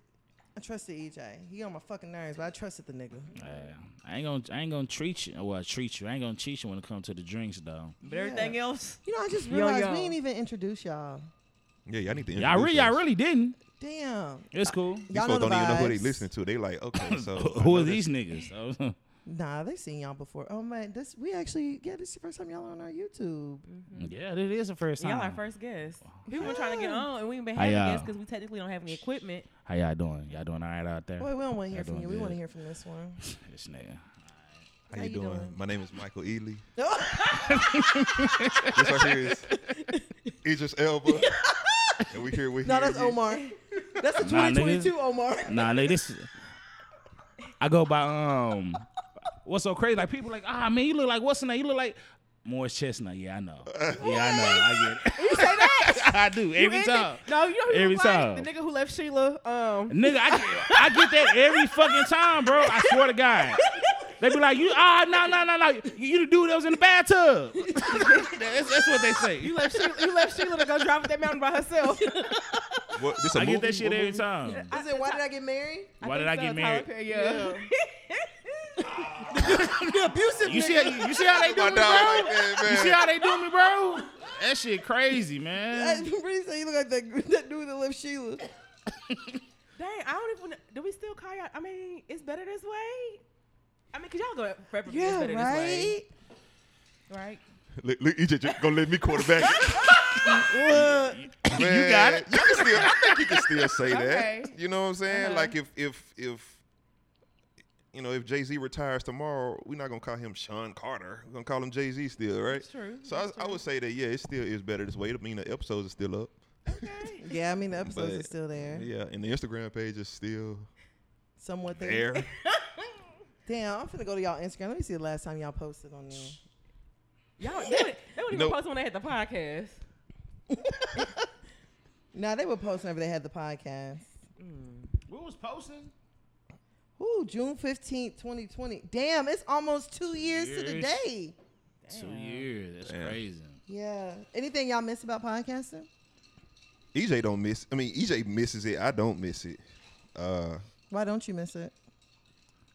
S2: I trusted EJ. He on my fucking nerves, but I trusted the nigga.
S3: Uh, I ain't gonna I ain't gonna treat you. Well, treat you. I ain't gonna cheat you when it comes to the drinks, though.
S1: But everything else,
S2: You know, I just
S1: Yo,
S2: realized
S1: yo.
S2: we didn't even introduce y'all.
S4: Yeah, y'all need to.
S3: Y'all really,
S4: introduce
S3: y'all
S4: us.
S3: really didn't.
S2: Damn,
S3: It's cool.
S4: These
S2: y'all know
S4: folks
S2: the
S4: don't even know who they
S2: vibes.
S4: listening to. They like, Oh, okay, so
S3: Who-
S4: I
S3: Who
S4: know
S3: are
S4: that-
S3: these niggas? So,
S2: Nah, they seen y'all before. Oh man, this we actually yeah, this is the first time y'all on our YouTube.
S3: yeah, it is the first time.
S1: y'all our first guest. People were trying to get
S2: Yeah.
S1: on, and we ain't been
S3: How
S1: having
S3: y'all?
S1: guests because we technically don't have any equipment.
S3: How y'all doing? Y'all doing all right out there?
S2: Boy, we don't want to hear
S3: Y'all
S2: from
S3: doing
S2: you. We want to
S3: good.
S2: hear from this one.
S3: This nigga.
S4: How, you,
S2: you
S4: doing?
S2: doing?
S4: My name is Michael Ely.
S2: No,
S4: This right here is Idris Elba. and we here with
S2: that's Omar. That's the
S3: Nah, nigga.
S2: 2022 Omar.
S3: Nah, nigga, this. I go by um. What's so crazy? Like people like, ah, man, you look like what's in that? You look like Morris Chestnut. Yeah, I know. Yeah, I know. I get it.
S1: You say that?
S3: I do every
S1: You
S3: time.
S1: ended- No, you know who
S3: Every
S1: every time.
S3: time.
S1: the nigga who left Sheila. Um,
S3: Nigga, I get, I get that every fucking time, bro. I swear to God. They be like, you ah no no no no, you, you the dude that was in the bathtub. that's, that's what they say.
S1: you left Sheila, you left Sheila to go drive up that mountain by herself.
S4: What, this a
S3: I
S4: movie?
S3: get that shit
S4: What
S3: every
S4: movie?
S3: time.
S2: I said, why did I get married?
S3: Why did I
S1: think
S3: get
S1: so,
S3: married?
S1: Tyler Perry, yeah.
S2: The abusive.
S3: You see,
S2: nigga.
S3: you see how they do
S4: My
S3: me,
S4: dog
S3: bro.
S4: like that, man.
S3: you see how they do me, bro. That shit crazy,
S2: That-
S3: man.
S2: Bree said you look like that, that dude that left Sheila.
S1: Dang, I don't even. Do we still call y'all? I mean, it's better this way. I mean, cause y'all go forever. be it's
S2: Yeah,
S1: better This way,
S2: right.
S1: right.
S4: Look, look EJ just gonna let me quarterback.
S3: you got
S4: Man,
S3: it.
S4: You can still, I think you can still say
S1: Okay.
S4: that. You know what I'm saying?
S1: Uh-huh.
S4: Like if if if you know if Jay Z retires tomorrow, we're not gonna call him Sean Carter. We're gonna call him Jay Z still, right?
S1: That's true.
S4: So I, I would say that yeah, it still is better this way. I mean the episodes are still up.
S1: Okay.
S2: Yeah, I mean the episodes
S4: But-
S2: are still there.
S4: Yeah, and the Instagram page is still
S2: Somewhat there.
S4: there.
S2: Damn, I'm finna go to y'all Instagram. Let me see the last time y'all posted on there.
S1: Y'all, they would, they would even
S4: Nope.
S1: post when they had the podcast.
S2: Now they were posting whenever they had the podcast.
S3: What was posting?
S2: Ooh, June 15th, 2020. Damn, it's almost two years to the
S3: Years.
S2: day.
S3: Two years. That's
S4: Damn.
S3: crazy.
S2: Yeah. Anything y'all miss about podcasting?
S4: EJ E don't miss. I mean EJ misses it. I don't miss it. Uh,
S2: Why don't you miss it?
S4: E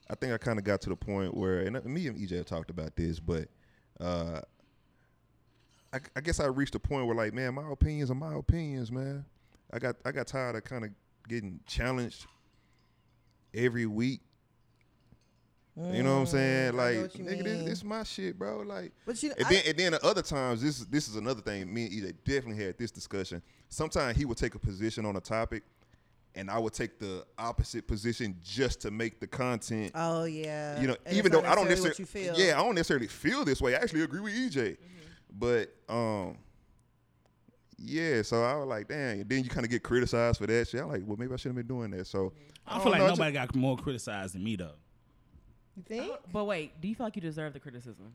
S4: I think I kind of got to the point where, and me and EJ have talked about this, but uh, I, I guess I reached a point where like, man, my opinions are my opinions, man. I got I got tired of kind of getting challenged every week. You know what I'm saying?
S2: Mm, I
S4: Like,
S2: know what you
S4: nigga, this,
S2: mean.
S4: this is my shit, bro. Like,
S2: But you know,
S4: and
S2: I-
S4: then, and then the other times, this is this is another thing. Me and EJ definitely had this discussion. Sometimes he would take a position on a topic, and I would take the opposite position just to make the content.
S2: Oh yeah.
S4: you know,
S2: And
S4: even
S2: it's
S4: though
S2: not
S4: I don't necessarily,
S2: what you feel. Mm-hmm.
S4: yeah, I don't necessarily feel this way. I actually agree with EJ, but um, yeah. So I was like, damn. And then you kind of get criticized for that shit. I'm like, well, maybe I shouldn't have been doing that. So
S3: I feel
S4: don't
S3: like
S4: know,
S3: nobody got more criticized than me though.
S2: You think?
S1: But wait, do you feel like you deserve the criticism?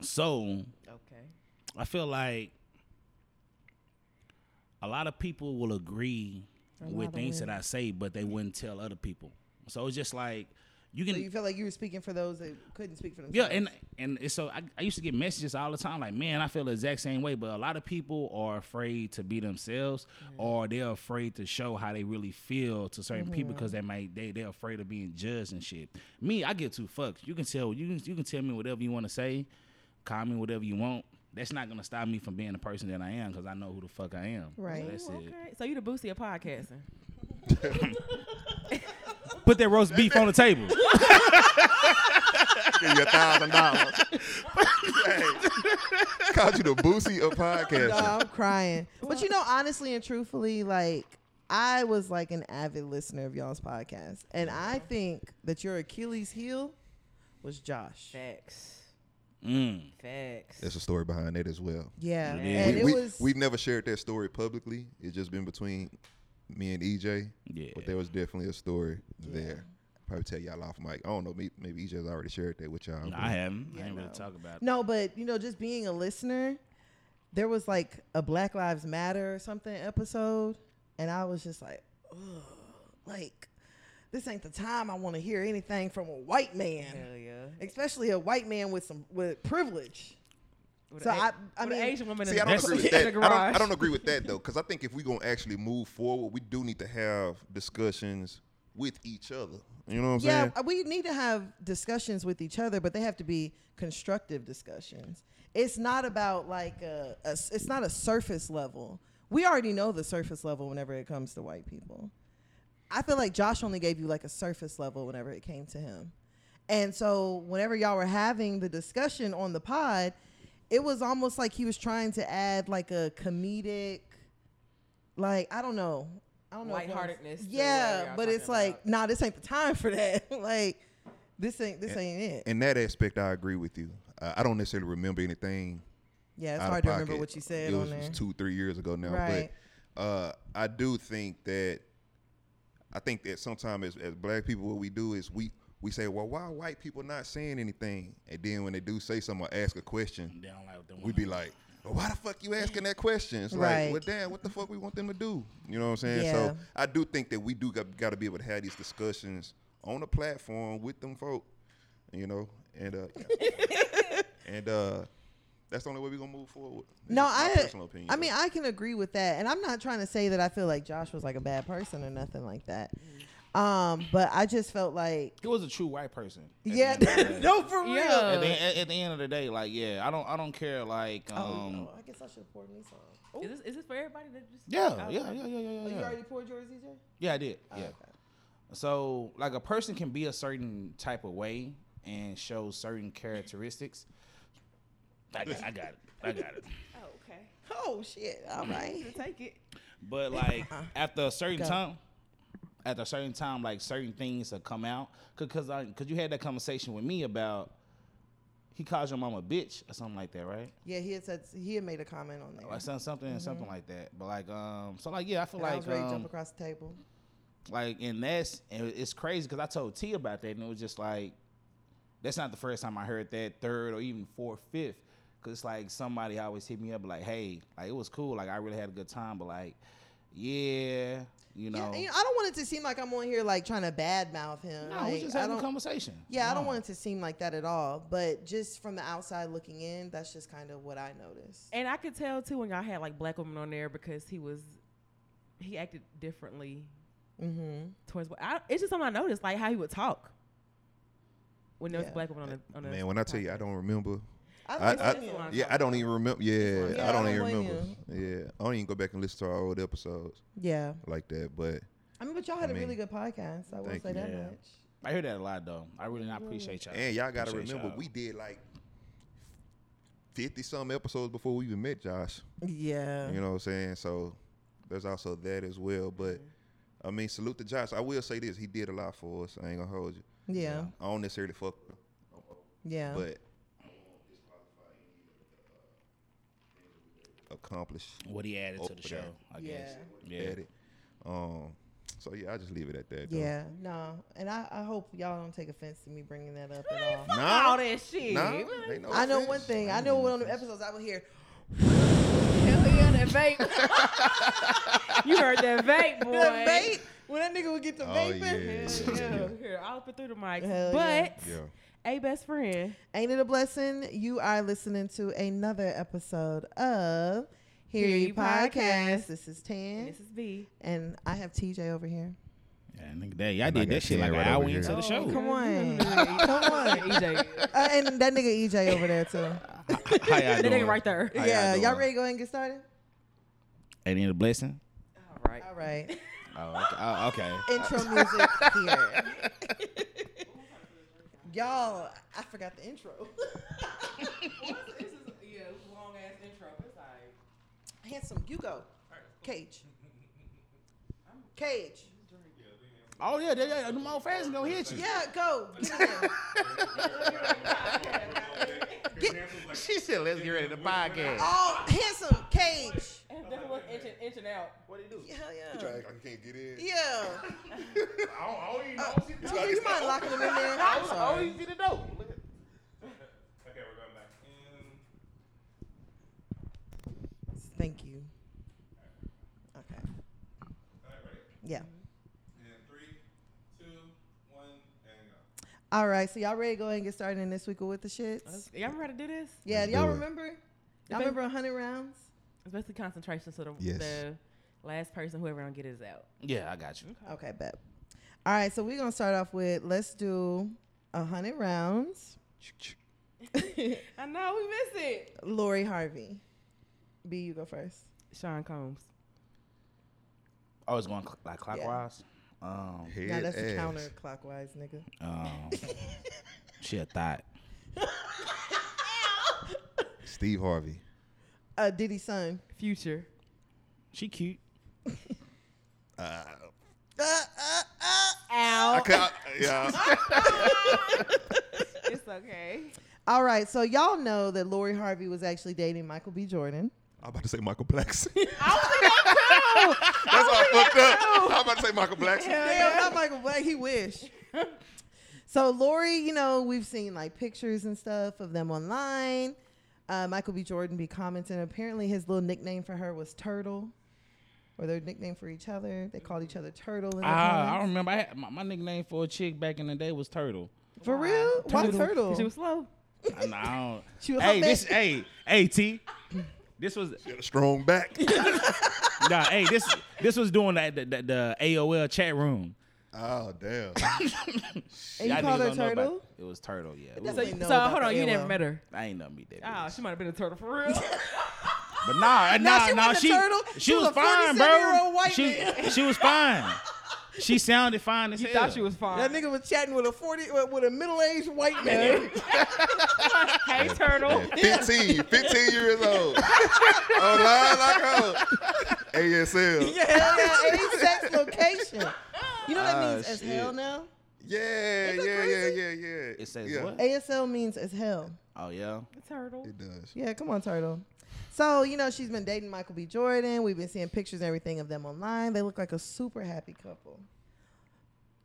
S3: So
S1: Okay.
S3: I feel like a lot of people will agree with things that I say, but they wouldn't tell other people. So it's just like you can
S2: So you feel like you were speaking for those that couldn't speak for
S3: Yeah,
S2: themselves.
S3: and and it's so I, I used to get messages all the time like, man, I feel the exact same way. But a lot of people are afraid to be themselves, or they're afraid to show how they really feel to certain people
S2: Mm-hmm.
S3: because they might they they're afraid of being judged and shit. Me, I get two fucks. You can tell you can, you can tell me whatever you want to say, call me whatever you want. That's not gonna stop me from being the person that I am because I know who the fuck I am.
S2: Right.
S3: So that's
S1: Ooh,
S3: it.
S1: okay. So you the Boosie of podcasting.
S3: Put that roast beef on the table.
S2: Mm-hmm.
S4: give you a thousand dollars. Hey, Called you the Boosie of podcasting.
S2: No, I'm crying. But you know, honestly and truthfully, like I was like an avid listener of y'all's podcast, and I think that your Achilles heel was Josh.
S1: Facts.
S3: Mm.
S1: Facts.
S4: There's a story behind that as well.
S2: Yeah,
S3: Yeah.
S2: and
S4: we,
S2: it
S4: we,
S2: was.
S4: We've never shared that story publicly. It's just been between me and EJ.
S3: Yeah.
S4: But there was definitely a story there. Probably tell y'all off mic. I don't know. Maybe, maybe EJ's already shared that with y'all.
S3: Nah, I haven't. I ain't
S2: no.
S3: really talk about.
S2: no, but you know, just being a listener, there was like a Black Lives Matter or something episode, and I was just like, Ugh, like, this ain't the time I want to hear anything from a white man,
S1: Hell yeah.
S2: especially a white man with some with privilege.
S1: With
S2: So
S1: a-
S2: I- I
S1: with a
S2: mean-
S1: Asian woman
S4: See,
S1: in
S4: I
S1: the-
S4: don't agree with
S1: in
S4: that.
S1: the
S4: I don't, I
S1: garage.
S4: don't agree with that though, because I think if we're gonna actually move forward, we do need to have discussions with each other. You know what I'm
S2: Yeah, uh,
S4: saying?
S2: we need to have discussions with each other, but they have to be constructive discussions. It's not about like a, a s- it's not a surface level. We already know the surface level whenever it comes to white people. I feel like Josh only gave you like a surface level whenever it came to him. And so whenever y'all were having the discussion on the pod, it was almost like he was trying to add like a comedic like I don't know. I don't know. if what I'm-
S1: Lightheartedness to whatever
S2: Yeah,
S1: y'all
S2: but
S1: talking
S2: it's like,
S1: about.
S2: nah, this ain't the time for that. like this ain't this ain't it.
S4: In that aspect, I agree with you. Uh, I don't necessarily remember anything.
S2: yeah, it's
S4: out of
S2: hard to remember
S4: pocket.
S2: what you said
S4: It
S2: on
S4: was
S2: there.
S4: two, three years ago now.
S2: Right.
S4: But uh, I do think that I think that sometimes as, as black people, what we do is we we say, well, why are white people not saying anything? And then when they do say something or ask a question,
S3: They don't like them.
S4: we be like, well, why the fuck you asking that question? It's like,
S2: Right.
S4: well, damn, what the fuck we want them to do? You know what I'm saying?
S2: Yeah.
S4: So I do think that we do got, got to be able to have these discussions on the platform with them folk, you know, and uh, and uh, that's the only way we're gonna move forward. That's
S2: No,
S4: just my
S2: I
S4: personal opinion.
S2: I mean I can agree with that. And I'm not trying to say that I feel like Josh was like a bad person or nothing like that.
S1: Mm.
S2: Um, but I just felt like
S3: He was a true white person. at the
S2: Yeah,
S3: end of the day.
S2: no for real.
S1: Yeah.
S3: at the, e, at, at the end of the day, like yeah, I don't I don't care like
S2: Oh,
S3: um
S2: oh, I guess I should have poured me some. Oh,
S1: Is this, is this for everybody? That just
S3: yeah
S1: I-
S3: yeah yeah yeah yeah
S2: oh, you
S3: yeah
S2: already poured yours, EJ?
S3: yeah I did yeah.
S2: okay.
S3: So like a person can be a certain type of way and show certain characteristics. I got, I got it I got it.
S1: Oh, okay.
S2: Oh shit! All right.
S1: Then take it.
S3: But like after a certain
S2: Go.
S3: time, after a certain time, like certain things will come out because I because you had that conversation with me about he calls your mom a bitch or something like that, right?
S2: Yeah, he had said he had made a comment on there.
S3: Like something, something, something like that. But like, um, so like, yeah, I Oh, feel
S2: And I Mm-hmm. was
S3: like,
S2: ready to
S3: um,
S2: jump across the table.
S3: like, and that's and it's crazy because I told T about that, and it was just like, that's not the first time I heard that. Third or even fourth, fifth, because like somebody always hit me up like, hey, like it was cool, like I really had a good time, but like, yeah, you know,
S2: Yeah, you know, I don't want it to seem like I'm on here like trying to badmouth him.
S3: no, we
S2: like,
S3: just
S2: I
S3: having a
S2: don't,
S3: conversation.
S2: yeah, I don't
S3: No.
S2: want it to seem like that at all. But just from the outside looking in, that's just kind of what I noticed.
S1: And I could tell too when y'all had like black women on there because he was he acted differently
S2: Mm-hmm.
S1: towards. I, it's just something I noticed, like how he would talk. when there was
S2: Yeah.
S1: a black woman on the on the
S4: Man, when I tell you I don't remember,
S2: I,
S4: I-
S2: think
S1: It's a long
S4: yeah,
S1: time
S4: I don't
S1: ago.
S4: even remember. Yeah,
S1: Yeah,
S4: I
S1: I
S4: don't
S2: don't
S4: even
S2: blame
S4: remember. Yeah, I don't even go back and listen to our old episodes
S2: yeah.
S4: like that. But
S2: I mean, but y'all had
S4: I
S2: a really
S4: mean,
S2: good podcast. I will
S4: thank
S2: say
S4: you.
S2: that
S3: Yeah.
S2: much.
S3: I hear that a lot though. I really not appreciate y'all.
S4: and y'all gotta
S3: Appreciate
S4: remember,
S3: y'all.
S4: we did like fifty some episodes before we even met Josh.
S2: Yeah.
S4: You know what I'm saying? So there's also that as well. But
S2: Mm-hmm.
S4: I mean, salute to Josh. I will say this: he did a lot for us. I ain't gonna hold you.
S2: yeah.
S4: I don't necessarily fuck, with him,
S2: Yeah.
S4: but accomplish
S3: what he added
S4: Oh,
S3: to the
S4: for
S3: show.
S4: that.
S3: I
S2: yeah.
S3: guess. Yeah.
S4: at it. Um, so yeah, I just leave it at that. Though.
S2: Yeah. No. And I, I hope y'all don't take offense to me bringing that up at all.
S4: Nah,
S1: all that shit.
S4: nah,
S1: man.
S4: ain't no
S2: I know
S4: offense.
S2: one thing. I know one of the episodes I would hear.
S1: You heard that vape, boy.
S2: The vape. When that nigga would get the
S4: Oh,
S2: vaping.
S1: Hell
S4: yeah, yeah.
S1: yeah. Here, I'll open through the mic.
S2: Hell yeah.
S1: but
S4: Yeah.
S1: a best friend.
S2: Ain't it a blessing? You are listening to another episode of Hear
S1: Hear
S2: You
S1: You
S2: Podcast.
S1: Podcast.
S2: This is
S1: And
S2: Tan.
S1: this is B.
S2: And I have TJ over here.
S3: Yeah, nigga, that y'all
S4: And I
S3: did
S4: got
S3: that shit
S4: Ken
S3: like
S4: right
S3: an hour
S4: over here.
S3: into the show.
S2: Oh, Come on.
S1: Oh, Come on, E EJ.
S2: Uh, and that nigga EJ over there, too.
S3: How y'all
S1: That
S3: doing?
S1: nigga right there.
S3: How
S2: yeah. Y'all,
S3: doing?
S2: ready to go ahead and get started?
S3: Ain't it a blessing?
S1: All right.
S2: All right.
S3: Oh, okay. Oh, okay.
S2: Intro music here. Y'all, I forgot the intro.
S1: This is yeah, long ass intro. It's like
S2: Handsome, you go. Cage. Cage.
S3: Oh yeah, yeah, yeah. Them old fans gonna hit you.
S2: Yeah, go. Get it.
S3: She said, "Let's get ready to podcast."
S2: Oh, handsome Cage.
S1: definitely was inching, inching out.
S2: Hell
S4: I
S2: yeah.
S4: can't get in.
S2: Yeah. Uh, you mind locking him in there? I'm sorry.
S3: did it though.
S5: Okay, we're going back in.
S2: Thank you. Okay.
S5: Alright, ready?
S2: Yeah.
S5: And three, two, one, and go.
S2: All right. So y'all ready to go ahead and get started in this week with the shits?
S1: Y'all remember how to do this?
S2: Yeah.
S4: Let's
S2: Y'all
S4: do it.
S2: remember? Y'all remember 100 rounds?
S1: It's basically concentration, so the,
S4: Yes.
S1: the last person, whoever don't get it, is out.
S3: Yeah, I got you.
S2: Okay, bet. All right. So we're gonna start off with let's do 100 rounds.
S1: I know we miss it.
S2: Lori Harvey. B, you go first.
S1: Sean Combs.
S3: Oh, it's going cl- like clockwise. Um,
S4: Head
S2: now that's
S4: ass.
S2: counterclockwise, nigga.
S3: um, she a thought.
S4: Steve Harvey.
S2: Uh, Diddy's son.
S1: Future.
S3: She cute.
S2: Uh, uh, uh.
S4: I
S1: Out.
S4: can't, yeah.
S1: It's okay.
S2: All right, so y'all know that Lori Harvey was actually dating Michael B. Jordan.
S4: I'm about to say Michael Blackson.
S1: Oh,
S4: That's all fucked up. I'm about to say Michael Blackson.
S2: Damn, not Michael Black. He wish. so Lori, you know, we've seen like pictures and stuff of them online. Uh, Michael B. Jordan be commenting. Apparently, his little nickname for her was Turtle, or their nickname for each other. They called each other Turtle. In the
S3: Ah, I
S2: comments.
S3: remember. I had, my, my nickname for a chick back in the day was Turtle.
S2: for real? Why Turtle?
S1: She was slow.
S3: I, know, I don't.
S2: She was
S3: hey,
S2: like
S3: this.
S2: that.
S3: Hey, hey, T. This was
S4: Got a strong back.
S3: nah. Hey, this this was doing the the, the, the AOL chat room.
S4: Oh, damn.
S2: and you called her
S3: Y'all niggas don't know about-
S2: Turtle?
S3: It was Turtle. Yeah, It
S2: that's
S3: was-
S1: So,
S2: They know
S1: so
S2: about
S1: hold
S2: the
S1: on, you
S2: AOL.
S1: never met her.
S3: I ain't never meet that.
S1: Oh,
S3: bitch.
S1: she might have been a turtle for real.
S3: But nah, nah,
S2: she
S3: nah.
S2: wasn't a
S3: She,
S2: turtle.
S3: she,
S2: She was
S3: was
S2: a
S3: fine,
S2: 47-year-old
S3: bro.
S2: white
S3: she,
S2: man.
S3: she was fine. She sounded fine as
S1: you
S3: hell.
S1: thought she was fine.
S2: That nigga was chatting with a forty with with a middle aged white man.
S1: hey, turtle.
S4: At 15, 15 years old. Online like her. ASL. Yeah,
S2: yeah, hell yeah, any sex location. You know what that
S3: Ah,
S2: means as
S3: shit.
S2: hell now.
S4: yeah,
S2: Ain't that
S4: yeah, yeah,
S2: crazy?
S4: yeah, yeah.
S3: It says
S4: yeah.
S3: what?
S2: ASL means as hell.
S3: Oh yeah.
S1: Turtle.
S4: It does.
S2: Yeah, come on, Turtle. So, you know, she's been dating Michael B. Jordan. We've been seeing pictures and everything of them online. They look like a super happy couple.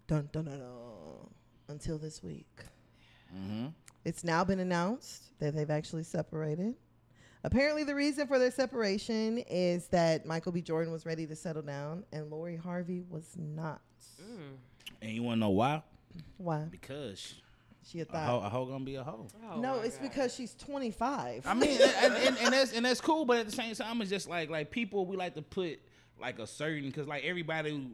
S2: Dun dun dun dun. Until this week.
S3: Mm-hmm.
S2: It's now been announced that they've actually separated. Apparently, the reason for their separation is that Michael B. Jordan was ready to settle down and Lori Harvey was not.
S3: Mm. And you wanna know why?
S2: Why?
S3: Because
S2: She a
S3: a
S2: thought.
S3: hoe, a hoe gonna be a hoe.
S1: Oh
S2: no,
S1: my
S2: it's
S1: God.
S2: because she's 25.
S3: I mean, and, and, and that's and that's cool, but at the same time, it's just like like people we like to put like a certain because like everybody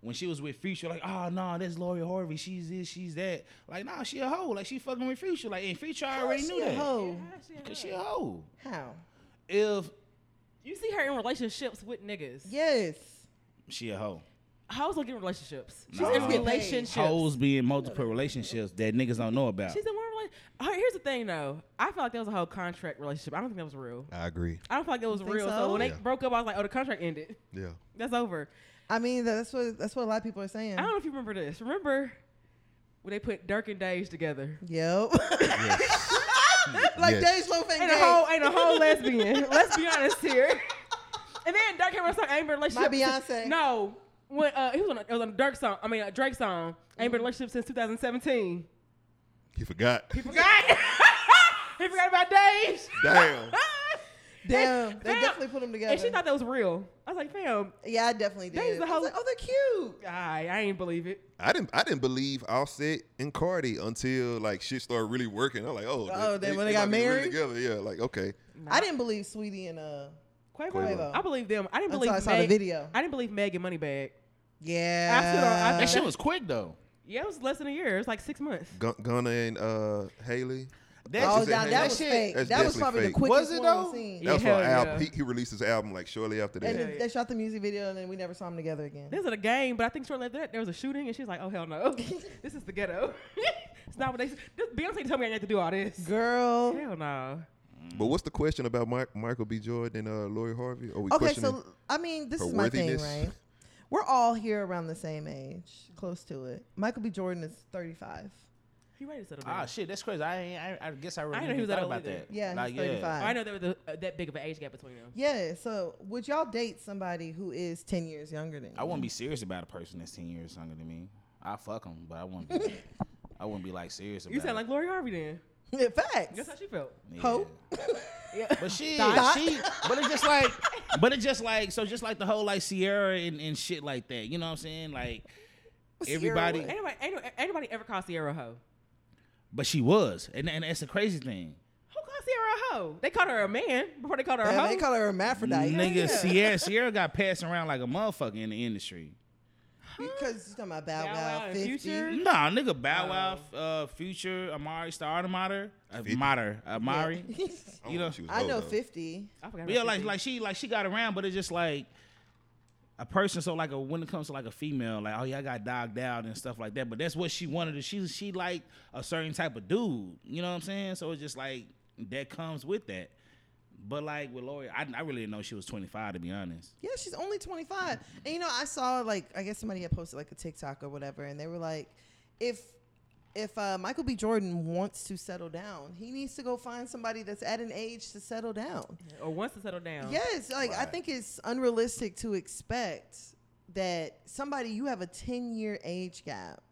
S3: when she was with Future, like, oh no, that's Lori Harvey. She's this, she's that. Like, nah, she a hoe. Like she fucking with Future. Like, and Future already
S2: She
S3: knew
S2: a
S3: that.
S2: hoe.
S3: Cause she a hoe.
S2: How?
S3: If
S1: You see her in relationships with niggas.
S2: Yes.
S3: she a hoe.
S1: Hoes don't get in relationships. She's
S3: Nah.
S1: in
S3: Hoes get paid.
S1: relationships.
S3: Hoes being multiple relationships that niggas don't know about.
S1: She's in one relationship. Here's the thing, though. I feel like that was a whole contract relationship. I don't think that was real.
S4: I agree.
S1: I don't feel like it was
S2: think
S1: real. So?
S2: so?
S1: when they
S4: Yeah.
S1: broke up, I was like, oh, the contract ended.
S4: Yeah.
S1: That's over.
S2: I mean, that's what that's what a lot of people are saying.
S1: I don't know if you remember this. Remember when they put Dirk and Dave together?
S2: Yep.
S4: Yes.
S2: like
S4: Yes.
S2: Dave Loaf ain't
S1: Ain't a
S2: gay.
S1: whole, ain't a whole lesbian. Let's be honest here. And then Dirk came on song Amber relationship.
S2: Beyonce.
S1: No, when uh, he was on, a, it was on a Dirk song. I mean, a Drake song.
S2: Mm-hmm.
S1: Amber relationship since 2017.
S4: You forgot.
S1: Forgot. he forgot about Dave.
S4: Damn.
S2: Damn, they
S1: Fam.
S2: definitely put them together.
S1: And she thought that was real. I was like, fam,
S2: yeah, I definitely did.
S1: That is the
S2: I was
S1: whole-
S2: like, oh, they're cute.
S1: I, I ain't believe it.
S4: I didn't I didn't believe Offset and Cardi until like shit started really working. I'm like, oh,
S2: Oh, then when they got
S4: might be really
S2: married?
S4: together, yeah, like okay,
S2: I didn't believe Sweetie and uh.
S1: Quavo.
S2: Quavo.
S1: I believe them. I didn't
S2: Until
S1: believe.
S2: I saw the
S1: Meg-
S2: video.
S1: I didn't believe Meg and Moneybag.
S2: Yeah. Oh,
S1: I stood on- I-
S3: that shit was quick though.
S1: Yeah, it was less than a year. It was like six months.
S4: Gun- Gunna and uh, Haley.
S3: That,
S2: oh,
S4: Is it
S2: now, that,
S4: hate?
S2: was
S4: That shit-
S2: fake.
S4: that's
S2: That was
S4: definitely
S2: probably the
S4: fake.
S2: quickest
S3: Was
S2: one
S3: it though?
S2: we've seen.
S1: Yeah,
S4: That's
S1: hell
S4: why Al
S1: yeah.
S4: he, he released his album like shortly after that.
S2: And
S1: Yeah.
S2: they shot the music video, and then we never saw them together again.
S1: This is a game, but I think shortly after that there was a shooting, and she was like, "Oh hell no, this is the ghetto. it's not what they." This, Beyonce told me I had to do all this.
S2: Girl.
S1: Hell no.
S4: But what's the question about Mike, Michael B. Jordan and uh, Lori Harvey? Are we
S2: Okay,
S4: questioning?
S2: so I mean, this
S4: her
S2: is my thing,
S4: worthiness?
S2: right? We're all here around the same age, close to it. Michael B. Jordan is 35.
S1: He ready to settle down.
S3: Ah, shit, that's crazy. I ain't, I, ain't- I guess I really
S1: I
S3: I
S1: didn't know he was that
S3: thought
S1: old
S3: about
S1: either.
S3: that.
S2: Yeah, he's
S3: Like,
S2: 35.
S1: I know there was a, uh, that big of an age gap between them.
S2: Yeah, so would y'all date somebody who is 10 years younger than you?
S3: I wouldn't be serious about a person that's ten years younger than me. I fuck them, but I wouldn't. Be, I wouldn't be like serious about.
S1: You sound like
S3: it.
S1: Lori Harvey then.
S2: In fact,
S1: That's how she felt.
S3: Yeah.
S2: Ho.
S1: Yeah.
S3: But shit,
S2: Thought.
S3: she, but it's just like, but it's just like, so just like the whole like Sierra and, and shit like that. You know what I'm saying? Like everybody,
S1: Ain't nobody, ain't, no- ain't nobody ever called Sierra a hoe.
S3: but she was, and and that's the crazy thing.
S1: Who called Sierra a hoe? They called her a man before they called her a
S2: Yeah,
S1: hoe.
S2: they call her a hermaphrodite.
S3: Nigga, Sierra, Sierra got passed around like a motherfucker in the industry.
S2: Because you're talking about Bow
S1: Bow Wow
S2: Wow
S1: and
S2: 50.
S1: Future?
S3: Nah, nigga, Bow Wow, f- uh, Future, Amari, Star Automater, uh, Mater, Amari.
S4: I don't
S3: you know-
S4: she was
S2: I
S4: old,
S2: know
S4: though.
S2: 50.
S1: I forgot
S3: But yeah,
S1: about
S3: like
S1: 50.
S3: like she like she got around, but it's just like a person. So like a, when it comes to like a female, like oh yeah, I got dogged out and stuff like that. But that's what she wanted. She she like a certain type of dude. You know what I'm saying? So it's just like that comes with that. But like with Lori, I, I really didn't know she was 25 to be honest.
S2: Yeah, she's only 25. And you know, I saw like I guess somebody had posted like a TikTok or whatever and they were like if if uh, Michael B. Jordan wants to settle down, he needs to go find somebody that's at an age to settle down.
S1: or wants to settle down.
S2: Yes, like I
S4: Oh, Right.
S2: think it's unrealistic to expect that somebody you have a 10 year age gap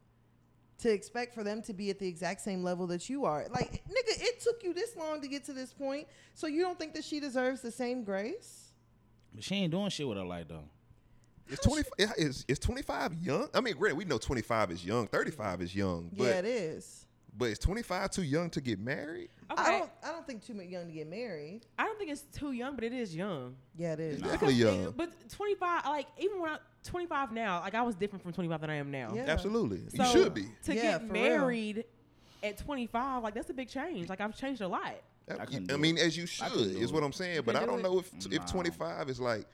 S2: to expect for them to be at the exact same level that you are. Like, nigga, it took you this long to get to this point, so you don't think that she deserves the same grace?
S3: But she ain't doing shit with her life though.
S4: Is twenty is is twenty five young? I mean, granted, we know twenty five is young, thirty five is young, but
S2: yeah, it is.
S4: but is twenty five too young to get married?
S1: Okay.
S2: I don't. I don't think too young to get married.
S1: think it's too young, but it is young.
S2: Yeah, it is.
S4: It's definitely young.
S1: But 25, like even when I 25 now, like I was different from 25 than I am now.
S2: Yeah.
S4: Absolutely, you
S1: So,
S4: should be.
S1: To
S2: Yeah,
S1: get
S2: for real.
S1: married at 25, like that's a big change. Like I've changed a lot.
S4: I,
S3: couldn't do
S4: mean,
S3: it.
S4: as you
S3: I
S4: should
S3: couldn't do
S4: is what
S3: it.
S4: I'm saying. But
S1: You
S4: I don't
S1: couldn't
S4: know if
S3: Nah.
S4: if 25 is like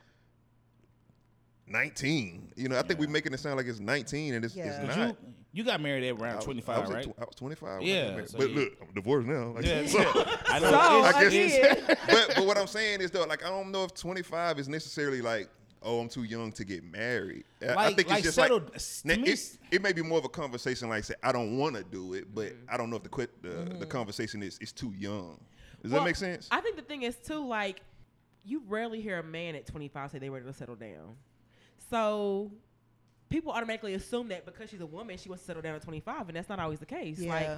S4: 19. You know, I think we're making it sound like it's 19 and it's,
S2: Yeah.
S4: it's
S3: But
S4: not.
S3: you you got married at
S4: I
S3: around
S4: was-
S3: 25,
S4: I was, at
S3: right?
S4: tw- I was 25. when I
S3: Yeah,
S4: got married.
S3: so
S4: but
S3: you-
S4: look, I'm divorced now. Like,
S3: yeah,
S4: so-
S3: yeah. I know.
S1: So
S4: I guess-
S1: again,
S4: but but what I'm saying is though, like I don't know if 25 is necessarily like. Oh, I'm too young to get married. I- I
S3: Like-
S4: think it's
S3: like
S4: just
S3: settled- uh,
S4: like
S3: to
S4: now,
S3: me,
S4: it, it may be more of a conversation. Like, say, I don't want to do it, but
S3: Mm-hmm.
S4: I don't know if the quit the, the conversation is it's too young. Does that
S1: Well,
S4: make sense?
S1: I think the thing is too, like, you rarely hear a man at 25 say they ready to settle down. So people automatically assume that because she's a woman, she wants to settle down at 25, and that's not always the case.
S2: Yeah.
S1: Like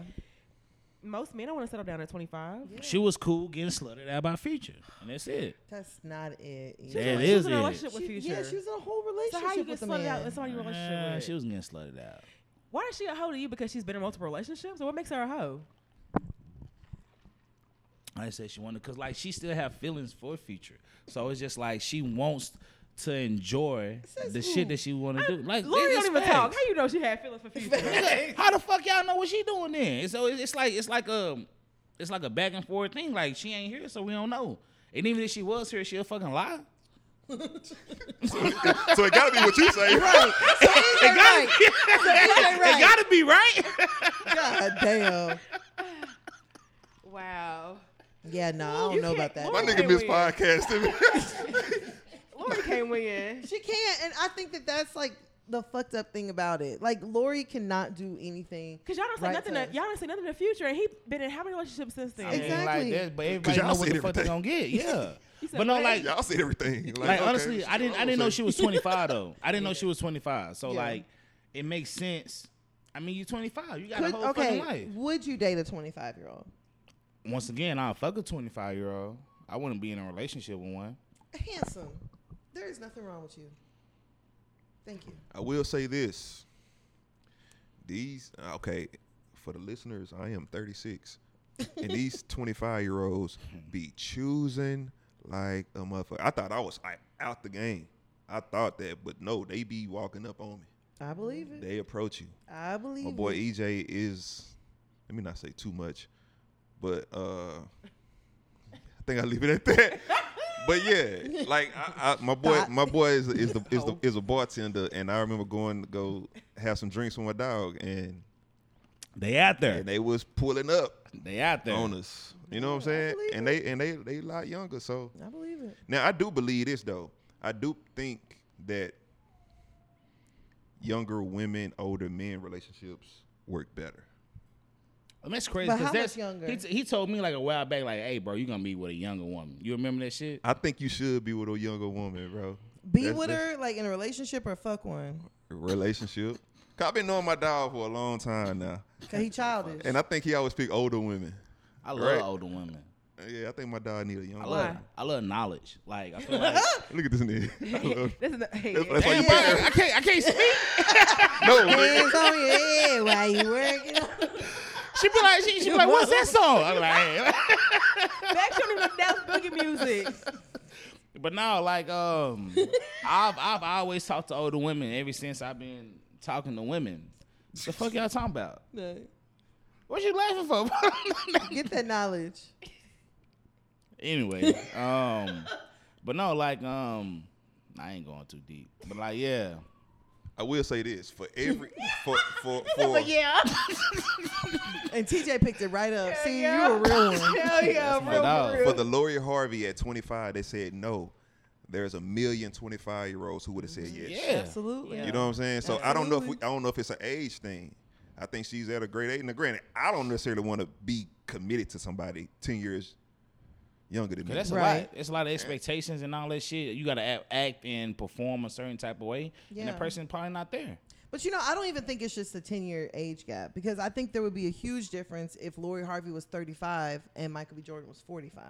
S1: most men don't want to settle down at 25.
S3: She was cool getting slutted out by Future, and that's it.
S2: that's not it. either.
S1: She was
S3: That
S1: in- she was
S3: is
S1: in a
S3: it.
S1: relationship with
S2: She-
S1: Future.
S2: yeah, she was in a whole
S1: so
S2: relationship
S1: how you get
S2: with a
S1: slutted out in
S2: man.
S1: somebody's relationship?
S3: Nah,
S1: with?
S3: she was getting slutted out.
S1: Why is she a hoe to you? Because she's been in multiple relationships. Or what makes her a hoe?
S3: I said she wanted because like she still have feelings for Future, so it's just like she wants to enjoy
S2: says
S3: the
S2: who?
S3: shit that she want to do. Like,
S1: Lori
S3: it's
S1: don't even
S3: facts.
S1: talk. How you know she had feelings for future?
S3: Nigga, How the fuck y'all know what she doing then? So it's it's like it's like a it's like a back and forth thing. Like she ain't here, so we don't know. And even if she was here, she'll fucking lie.
S4: so it gotta be what you say.
S2: So it ain't right. So it ain't
S3: It
S2: right.
S3: gotta be right.
S2: God damn.
S1: wow.
S2: Yeah, no, I
S1: you
S2: don't know
S1: can't-
S2: about that.
S4: My
S1: Lori
S4: nigga
S1: can't
S4: missed
S1: win.
S4: podcasting.
S1: Lori can't win.
S2: She can't, and I think that that's like the fucked up thing about it. Like Lori cannot do anything.
S1: Cause y'all don't say
S2: Right
S1: nothing.
S2: to
S1: To, y'all don't say nothing in the future, and he been in how many relationships since then?
S3: I mean,
S2: Exactly.
S3: Like that, but
S4: Cause
S3: everybody
S4: y'all
S3: know what
S4: said
S3: the fuck they
S4: everything.
S3: gonna get. Yeah.
S1: You said
S3: but no,
S1: what?
S3: like
S4: Y'all said everything. Like,
S3: like
S4: okay,
S3: honestly, I didn't I didn't know she was 25 though. I didn't know she was 25. So
S2: Yeah.
S3: like it makes sense. I mean, you 25. You got
S2: Could,
S3: a whole
S2: okay,
S3: fucking life.
S2: would you date a 25 year old?
S3: Once again, I'll fuck a 25 year old. I wouldn't be in a relationship with one.
S2: Handsome. There is nothing wrong with you. Thank you.
S4: I will say this. These uh, okay, for the listeners, I am 36. and these 25 year olds be choosing like a motherfucker. I thought I was like out the game. I thought that, but no, they be walking up on me.
S2: I believe it.
S4: They approach you.
S2: I believe
S4: My boy E.
S2: it.
S4: EJ is let me not say too much, but uh I think I leave it at that. But yeah, like I, I, my boy, my boy is is the, is the is a bartender, and I remember going to go have some drinks with my dog, and
S3: They out there.
S4: and they was pulling up
S3: They out there.
S4: on us. You know what I'm saying?
S2: believe
S4: And they and they they a lot younger. So
S2: I believe it.
S4: now I do believe this though. I do think that younger women, older men relationships work better.
S3: And that's crazy.
S2: But
S3: 'cause
S2: how
S3: that's,
S2: much younger?
S3: He, t- he told me like a while back, like, "Hey, bro, you gonna be with a younger woman." You remember that shit?
S4: I think you should be with a younger woman, bro.
S2: Be
S4: That's-
S2: with
S4: that's
S2: her like in a relationship or fuck one.
S4: a relationship. 'Cause I've been knowing my dog for a long time now,
S2: Cause he childish.
S4: and I think he always pick older women.
S3: I love
S4: Right.
S3: older women.
S4: Yeah, I think my dog need a younger.
S3: I
S4: woman.
S3: love. I love knowledge. Like I feel like.
S4: Look at this nigga. I love-
S1: This is the, hey,
S4: That's, that's why you
S3: Damn,
S4: pick
S3: bro,
S4: her.
S3: I can't. I can't speak.
S4: No, nigga.
S2: Hands on your head while you working.
S3: She be like, she, she be like, "What's that song?" I'm like, "Hey."
S1: back to the that's boogie music.
S3: but no, like, um, I've I've always talked to older women ever since I've been talking to women. The fuck y'all talking about? What you laughing for?
S2: Get that knowledge.
S3: anyway, um, but no, like, um, I ain't going too deep. But like, yeah.
S4: I will say this for every for for for
S1: Oh, yeah.
S2: And TJ picked it right up. See,
S1: yeah.
S2: you a real one.
S1: Hell yeah,
S3: my dog.
S1: real, real.
S4: for the Lori Harvey at 25. They said no. There's a million 25 year olds who would have said yes.
S3: Yeah.
S2: Absolutely.
S1: Yeah.
S4: You know what I'm saying? So I don't know if we, I
S2: Absolutely.
S4: don't know if it's an age thing. I think she's at a grade eight. And granted, I don't necessarily want to be committed to somebody ten years younger than me.
S3: Cause that's a
S2: Right.
S3: lot. It's a lot of expectations and all that shit. You gotta act, act and perform a certain type of way, and the
S2: Yeah.
S3: person probably not there.
S2: But you know, I don't even think it's just a 10 year age gap because I think there would be a huge difference if Lori Harvey was 35 and Michael B. Jordan was 45.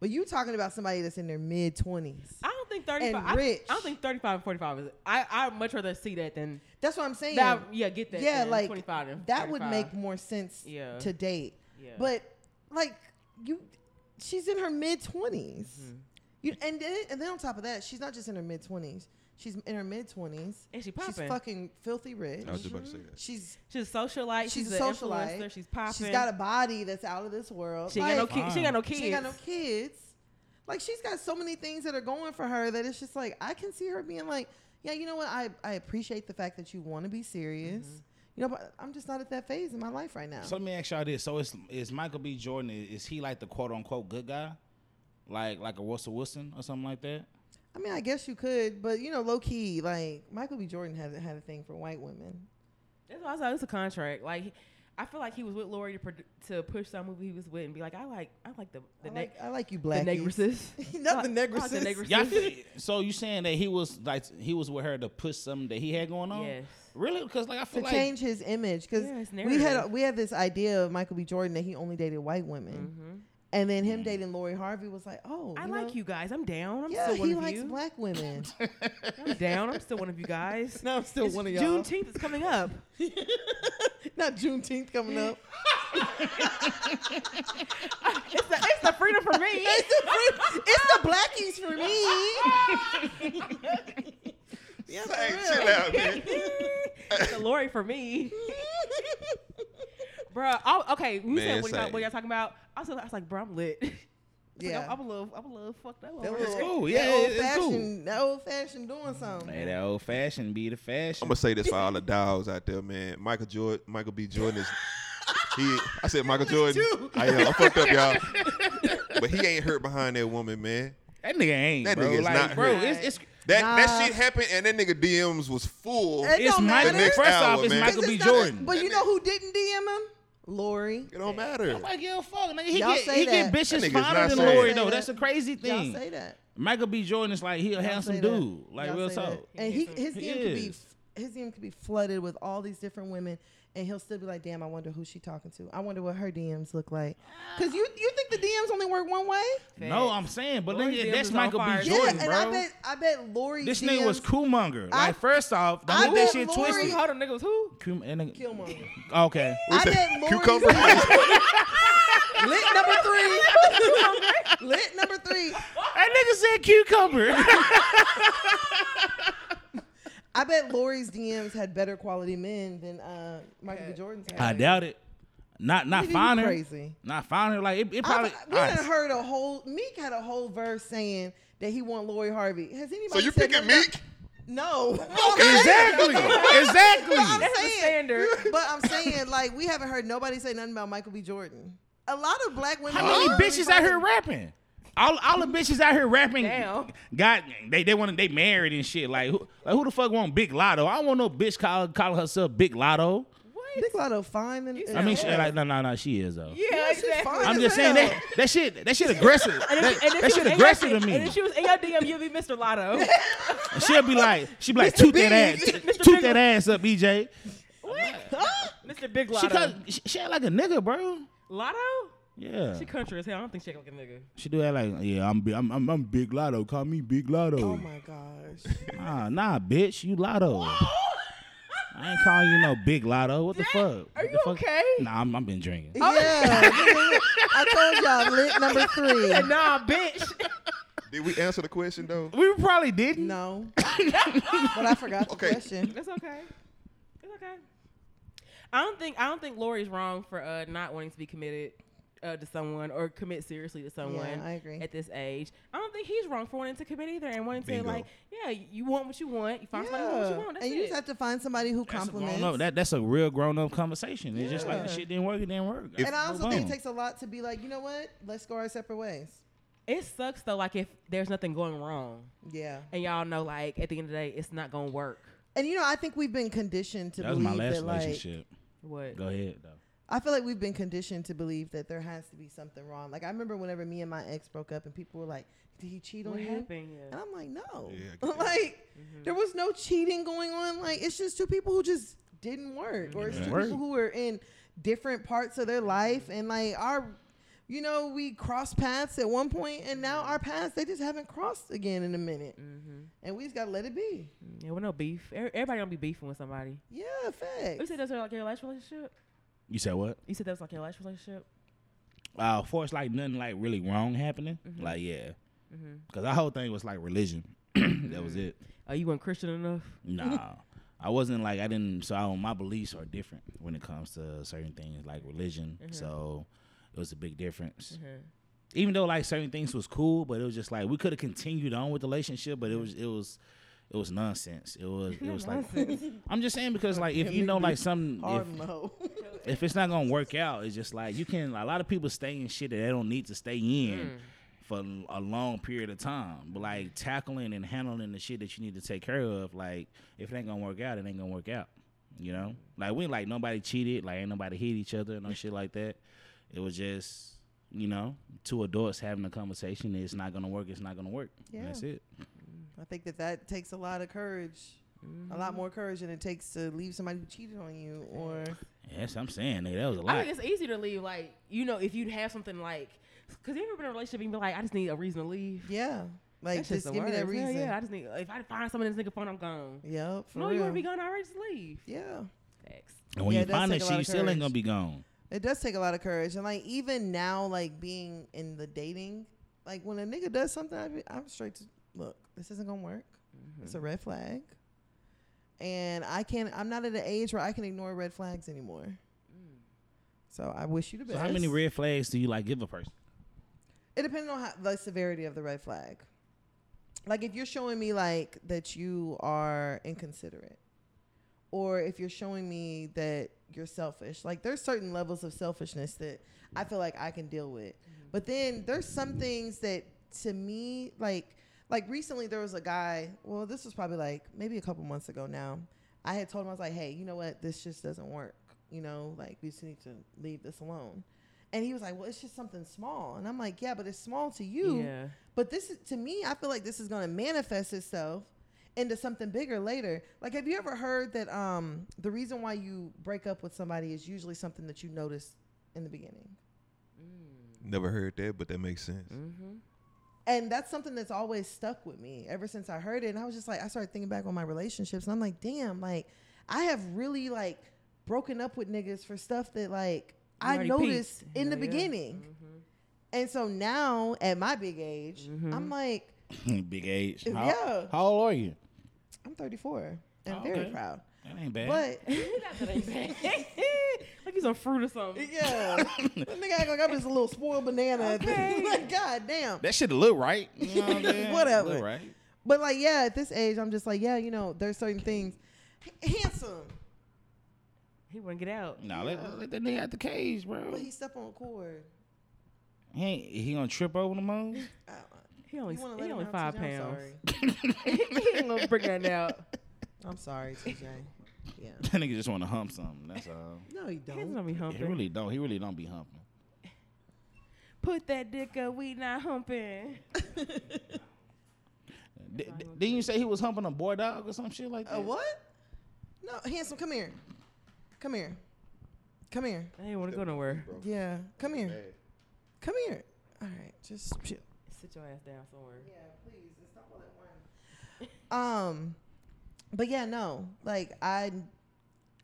S2: But you talking about somebody that's in their mid 20s.
S1: I don't think 35.
S2: And
S1: I,
S2: rich.
S1: I don't think 35 and 45 is. I I would much rather see that than
S2: That's what I'm saying.
S1: that. Yeah, get that.
S2: yeah,
S1: than
S2: like
S1: 25 and
S2: that would
S1: 35.
S2: make more sense
S1: Yeah.
S2: to date.
S1: Yeah.
S2: But like you she's in her mid 20s.
S1: Mm-hmm.
S2: You and then, and then on top of that, she's not just in her mid 20s. She's in her mid 20s.
S1: And she
S2: She's
S1: popping.
S2: fucking filthy rich.
S4: I was just about to say that.
S2: She's
S1: She's a socialite. She's,
S2: She's
S1: a
S2: a socialite.
S1: influencer. She's popping.
S2: She's got a body that's out of this world.
S1: She ain't got no
S2: Like,
S1: kids. She ain't got no kids.
S2: She ain't got no kids. Like she's got so many things that are going for her that it's just like I can see her being like, yeah, you know what? I I appreciate the fact that you want to be serious.
S1: Mm-hmm.
S2: You know, but I'm just not at that phase in my life right now.
S3: So let me ask y'all this: So is is Michael B. Jordan is, is he like the quote unquote good guy, like like a Russell Wilson or something like that?
S2: I mean, I guess you could, but you know, low key, like Michael B. Jordan hasn't had a thing for white women.
S1: That's why I was like, it's a contract. Like, he- I feel like he was with Lori to, produ- to push some movie he was with and be like, I like, I like the the,
S2: I
S1: ne-
S2: like, I like you,
S1: the
S2: black.
S1: negresses.
S2: Not the
S1: I like- I like the
S2: negresses.
S1: negresses.
S3: Y'all feel- so you saying that he was like he was with her to push something that he had going on?
S1: Yes.
S3: Really? Because like I
S2: to
S3: feel like
S2: change his image because
S1: Yeah, his
S2: we had
S1: narrative.
S2: we had this idea of Michael B. Jordan that he only dated white women,
S1: Mhm.
S2: and then him dating Lori Harvey was like, oh,
S1: I like
S2: know,
S1: you guys. I'm down. I'm
S2: Yeah,
S1: still one
S2: he
S1: of
S2: likes
S1: you.
S2: black women.
S1: I'm down. I'm still one of you guys.
S2: no, I'm still
S1: It's Juneteenth is coming up.
S2: Not Juneteenth coming up.
S1: It's the, it's the freedom for me.
S2: It's the, free- it's the blackies for me. yeah, for
S4: Hey,
S2: real.
S4: chill out, man.
S1: it's the Lori for me. Bruh, I, okay, you
S4: Man,
S1: said what y'all,
S4: same.
S1: what y'all talking about? I was, I was like, bruh, I'm lit. Like,
S2: Yeah.
S1: I'm, I'm a little, I'm a little fucked up.
S2: That
S1: over
S2: little-
S1: it.
S3: cool.
S2: that
S3: Yeah, it- it's
S2: old-fashioned-
S3: cool.
S2: That old fashioned doing something.
S3: Man, that old fashioned be the
S4: I'm
S3: fashion.
S4: gonna say this for all the dogs out there, man. Michael Jordan, Michael B. Jordan is. He, I said Michael Jordan.
S2: too.
S4: I am. I fucked up, y'all. But he ain't hurt behind that woman, man.
S3: that nigga ain't.
S4: That
S3: bro.
S4: nigga is
S3: like,
S4: not
S3: bro,
S4: hurt.
S3: it's it's
S4: That
S2: Nah.
S4: that shit happened, and that nigga DMs was full.
S2: It
S3: it's
S2: don't
S3: Michael.
S2: matter. The next
S3: First
S4: hour,
S3: off, it's
S4: man.
S3: Michael
S2: It's
S3: B.
S2: not-
S3: Jordan.
S2: But you know who didn't DM him? Lori.
S4: It don't matter.
S3: Like, yo, fuck, nigga. He
S2: Y'all
S3: get,
S2: say
S3: he
S2: that.
S3: get
S4: That
S3: bitches
S4: nigga's
S3: finer
S4: not
S3: than
S4: saying
S3: Lori,
S4: that.
S3: though. That's a crazy
S2: Y'all
S3: thing.
S2: say that.
S3: Michael B. Jordan is like, he a
S2: Y'all
S3: handsome
S2: say that.
S3: dude. Like,
S2: Y'all
S3: real
S2: say
S3: talk.
S2: that. And he his
S3: He
S2: DM could be
S3: is.
S2: his DM could be flooded with all these different women, and he'll still be like, "Damn, I wonder who she talking to. I wonder what her DMs look like." Because you you think the DMs only work one way?
S3: No, I'm saying, but
S1: Lori
S3: nigga,
S1: Dibs is
S3: that's
S1: on
S3: Michael B.
S1: fire.
S2: Yeah,
S3: Jordan,
S2: and
S3: bro.
S2: I bet I bet Lori
S3: this
S2: DMs
S3: nigga was Coolmonger.
S2: I-
S3: Like, first off, don't
S2: I
S3: get
S2: bet
S3: that shit
S2: Lori-
S3: twisted.
S1: Hold on, nigga was who?
S3: Cool- that nigga-
S2: Killmonger.
S3: Okay.
S2: I
S4: that?
S2: bet Lori's
S4: Cucumber?
S2: lit number three. lit number three.
S3: That nigga said cucumber.
S2: I bet Lori's DMs had better quality men than uh, Michael B. Jordan's. Had.
S3: I doubt it. Not not
S2: Nigga, you
S3: finer.
S2: crazy.
S3: Not finer. Like it, it
S2: I,
S3: probably.
S2: we done heard a whole Meek had a whole verse saying that he want Lori Harvey. Has anybody?
S4: So you
S2: said
S4: picking
S2: nothing
S4: Meek?
S2: about- No.
S3: Exactly.
S2: I'm
S3: exactly.
S1: That's the
S2: saying-
S1: standard.
S2: but I'm saying like we haven't heard nobody say nothing about Michael B. Jordan. A lot of black women.
S3: How many
S2: love
S3: bitches
S2: Lori
S3: out here
S2: Harvey.
S3: rapping? All, all the bitches out here rapping.
S1: Damn.
S3: God, they they want they married and shit. Like who like who the fuck want Big Lotto? I don't want no bitch call call herself Big Lotto.
S1: What?
S2: Big Lotto fine. And,
S1: You
S3: I mean, she,
S1: Yeah.
S3: like no no no, she is though.
S1: Yeah,
S2: Yeah, she's
S1: exactly.
S2: fine.
S3: I'm
S2: as
S3: just saying
S2: hell.
S3: that that shit that shit aggressive.
S1: And
S3: that
S1: if- and if she
S3: that shit
S1: was in your D-
S3: aggressive to
S1: And
S3: me.
S1: if she was in your DM, you'd be Mr. Lotto.
S3: She'll be like she be like toot that ass
S1: Mr.
S3: toot
S1: Big-
S3: that ass up, EJ.
S1: Mr. Big
S3: She,
S1: Lotto.
S3: cut, she, she act like a nigga, bro.
S1: Lotto?
S3: Yeah.
S1: She country as hell. I don't think she act like a nigga.
S3: She do that like, yeah, I'm, bi- I'm, I'm, I'm Big Lotto. Call me Big
S2: Oh
S3: Lotto.
S2: my gosh.
S3: nah, nah, bitch, you Lotto. I ain't calling you no Big Lotto. What the fuck?
S1: are
S3: What the
S1: you
S3: fuck?
S1: okay?
S3: Nah, I'm, I've been drinking.
S2: Yeah. I told y'all lit number three.
S1: Nah, bitch.
S4: Did we answer the question though?
S3: We probably didn't.
S2: No. but I forgot the
S4: Okay.
S2: question.
S1: That's okay. It's okay. I don't think I don't think Lori's wrong for uh, not wanting to be committed uh, to someone or commit seriously to someone.
S2: I agree.
S1: At this age, I don't think he's wrong for wanting to commit either and wanting to
S4: Bingo.
S1: like, yeah, you want what you want. You find somebody who wants what
S2: Yeah.
S1: you want. That's
S2: And you
S1: it.
S2: just have to find somebody who
S3: That's a
S2: compliments.
S3: grown up. That, that's a real grown up conversation. It's just like
S2: Yeah.
S3: the shit didn't work. It didn't work.
S4: If-
S2: and I also think it
S3: Boom.
S2: takes a lot to be like, you know what? Let's go our separate ways.
S1: it sucks though. Like if there's nothing going wrong,
S2: Yeah.
S1: and y'all know, like at the end of the day, it's not gonna work.
S2: And you know, I think we've been conditioned to
S3: that was
S2: believe
S3: my last
S2: that like
S3: relationship.
S1: What?
S3: Go ahead though.
S2: I feel like we've been conditioned to believe that there has to be something wrong. Like I remember whenever me and my ex broke up and people were like, Did he cheat
S1: What
S2: on you?
S1: happened?
S2: And
S1: Yeah.
S2: I'm like, No.
S4: Yeah, I get that.
S2: like
S1: Mm-hmm.
S2: there was no cheating going on. Like it's just two people who just didn't work. Or it's
S3: Didn't
S2: two
S3: work.
S2: people who were in different parts of their life and like our you know, we crossed paths at one point and now
S1: Mm-hmm.
S2: our paths they just haven't crossed again in a minute. And we just gotta let it be.
S1: Yeah, well, no beef. Every- Everybody gonna be beefing with somebody.
S2: Yeah,
S1: You
S2: facts.
S1: said that's like your last relationship.
S3: You said what?
S1: You said that was like your last relationship.
S3: uh, for it's like nothing like really wrong happening. Like yeah, because our whole thing was like religion. that was it.
S1: Oh, you weren't Christian enough.
S3: Nah, I wasn't like I didn't. So I, my beliefs are different when it comes to certain things like religion. So it was a big difference. Even though like certain things was cool, but it was just like we could have continued on with the relationship, but it was it was. It was nonsense. It was it was like I'm just saying because like if you know like something
S2: Hard
S3: if-
S2: no.
S3: if it's not gonna work out, it's just like you can. A lot of people stay in shit that they don't need to stay
S2: Mm.
S3: in for a long period of time. But like tackling and handling the shit that you need to take care of, like if it ain't gonna work out, it ain't gonna work out. You know, like we ain't like nobody cheated, like ain't nobody hit each other and no shit like that. It was just you know two adults having a conversation. It's not gonna work. It's not gonna work.
S2: Yeah.
S3: And that's it.
S2: I think that that takes a lot of courage, a
S1: Mm-hmm.
S2: lot more courage than it takes to leave somebody who cheated on you. Or
S3: That's what I'm saying. Nigga, that was a
S1: I
S3: lot.
S1: think it's easy to leave, like, you know, if you'd have something like, because you ever been in a relationship and be like, I just need a reason to leave?
S2: yeah, like
S1: That's
S2: just
S1: the
S2: give me that
S1: worst. Hell
S2: reason.
S1: yeah, I just need, if I find someone in this nigga phone, I'm gone.
S2: Yep, for
S1: no,
S2: real.
S1: you want to be gone already, just leave.
S2: Yeah,
S1: Facts.
S3: and when
S2: yeah, it
S3: you
S2: does
S3: find
S2: take
S3: that
S2: a
S3: shit,
S2: lot
S3: you
S2: of
S3: still ain't
S2: courage.
S3: gonna be gone.
S2: It does take a lot of courage, and like even now, like being in the dating, like when a nigga does something, I be, I'm straight to look. This isn't gonna work. It's a red flag, and I can't. I'm not at an age where I can ignore red flags anymore. So I wish you the
S3: So
S2: best.
S3: how many red flags do you like give a person?
S2: It depends on how, the severity of the red flag. Like if you're showing me like that you are inconsiderate, or if you're showing me that you're selfish. Like there's certain levels of selfishness that I feel like I can deal with. But then there's some things that to me like like recently there was a guy. Well, this was probably like maybe a couple months ago now. I had told him I was like, hey, you know what? This just doesn't work. You know, like we just need to leave this alone. And he was like, well, it's just something small. And I'm like, yeah, but it's small to you.
S1: Yeah.
S2: But this is to me, I feel like this is gonna manifest itself into something bigger later. Like, have you ever heard that um the reason why you break up with somebody is usually something that you notice in the beginning?
S4: Never heard that, but that makes sense.
S1: Mm-hmm.
S2: And that's something that's always stuck with me ever since I heard it. And I was just like, I started thinking back on my relationships and I'm like, damn, like I have really like broken up with niggas for stuff that like
S1: You
S2: I
S1: already
S2: noticed
S1: peeped.
S2: in the
S1: Hell yeah. Mm-hmm.
S2: beginning. And so now at my big age,
S1: Mm-hmm.
S2: I'm like,
S3: Mm, Big age. How,
S2: Yeah.
S3: How old are you?
S2: I'm 34 and
S3: Oh,
S2: very
S3: okay.
S2: proud.
S3: That ain't bad.
S1: Eh?
S2: But
S1: like he's on fruit or something.
S2: Yeah. that nigga act like I'm just a little spoiled banana.
S1: Okay.
S2: like, god damn.
S3: that should look right. You know what I'm saying?
S2: Whatever.
S3: Look right.
S2: But like, yeah, at this age, I'm just like, yeah, you know, there's certain things. H- handsome.
S1: He wouldn't get out.
S3: No, let, let that nigga out the cage, bro.
S2: But he step on a cord.
S3: He ain't, he gonna trip over the moon?
S2: I-
S1: He only
S2: Uh, You want to
S1: he
S2: let him
S1: only five
S2: out, TJ?
S1: pounds. he ain't gonna bring that out.
S2: I'm sorry. I'm sorry, TJ. Yeah.
S3: that nigga just want to hump something. That's all.
S2: No, you
S1: He's
S2: don't.
S1: gonna be
S3: he
S1: humping.
S3: really don't. He really don't be humping.
S1: Put that dick up. We not humping.
S3: D- d- didn't you say he was humping a boy dog or some shit like that?
S2: A what? No, handsome, come here. Come here. Come here.
S1: I ain't want to go nowhere.
S2: Yeah. Come here. Come here. All right. Just chill.
S1: Sit your ass down somewhere.
S2: Yeah, please. It's not all at one. Um, but yeah, no. Like I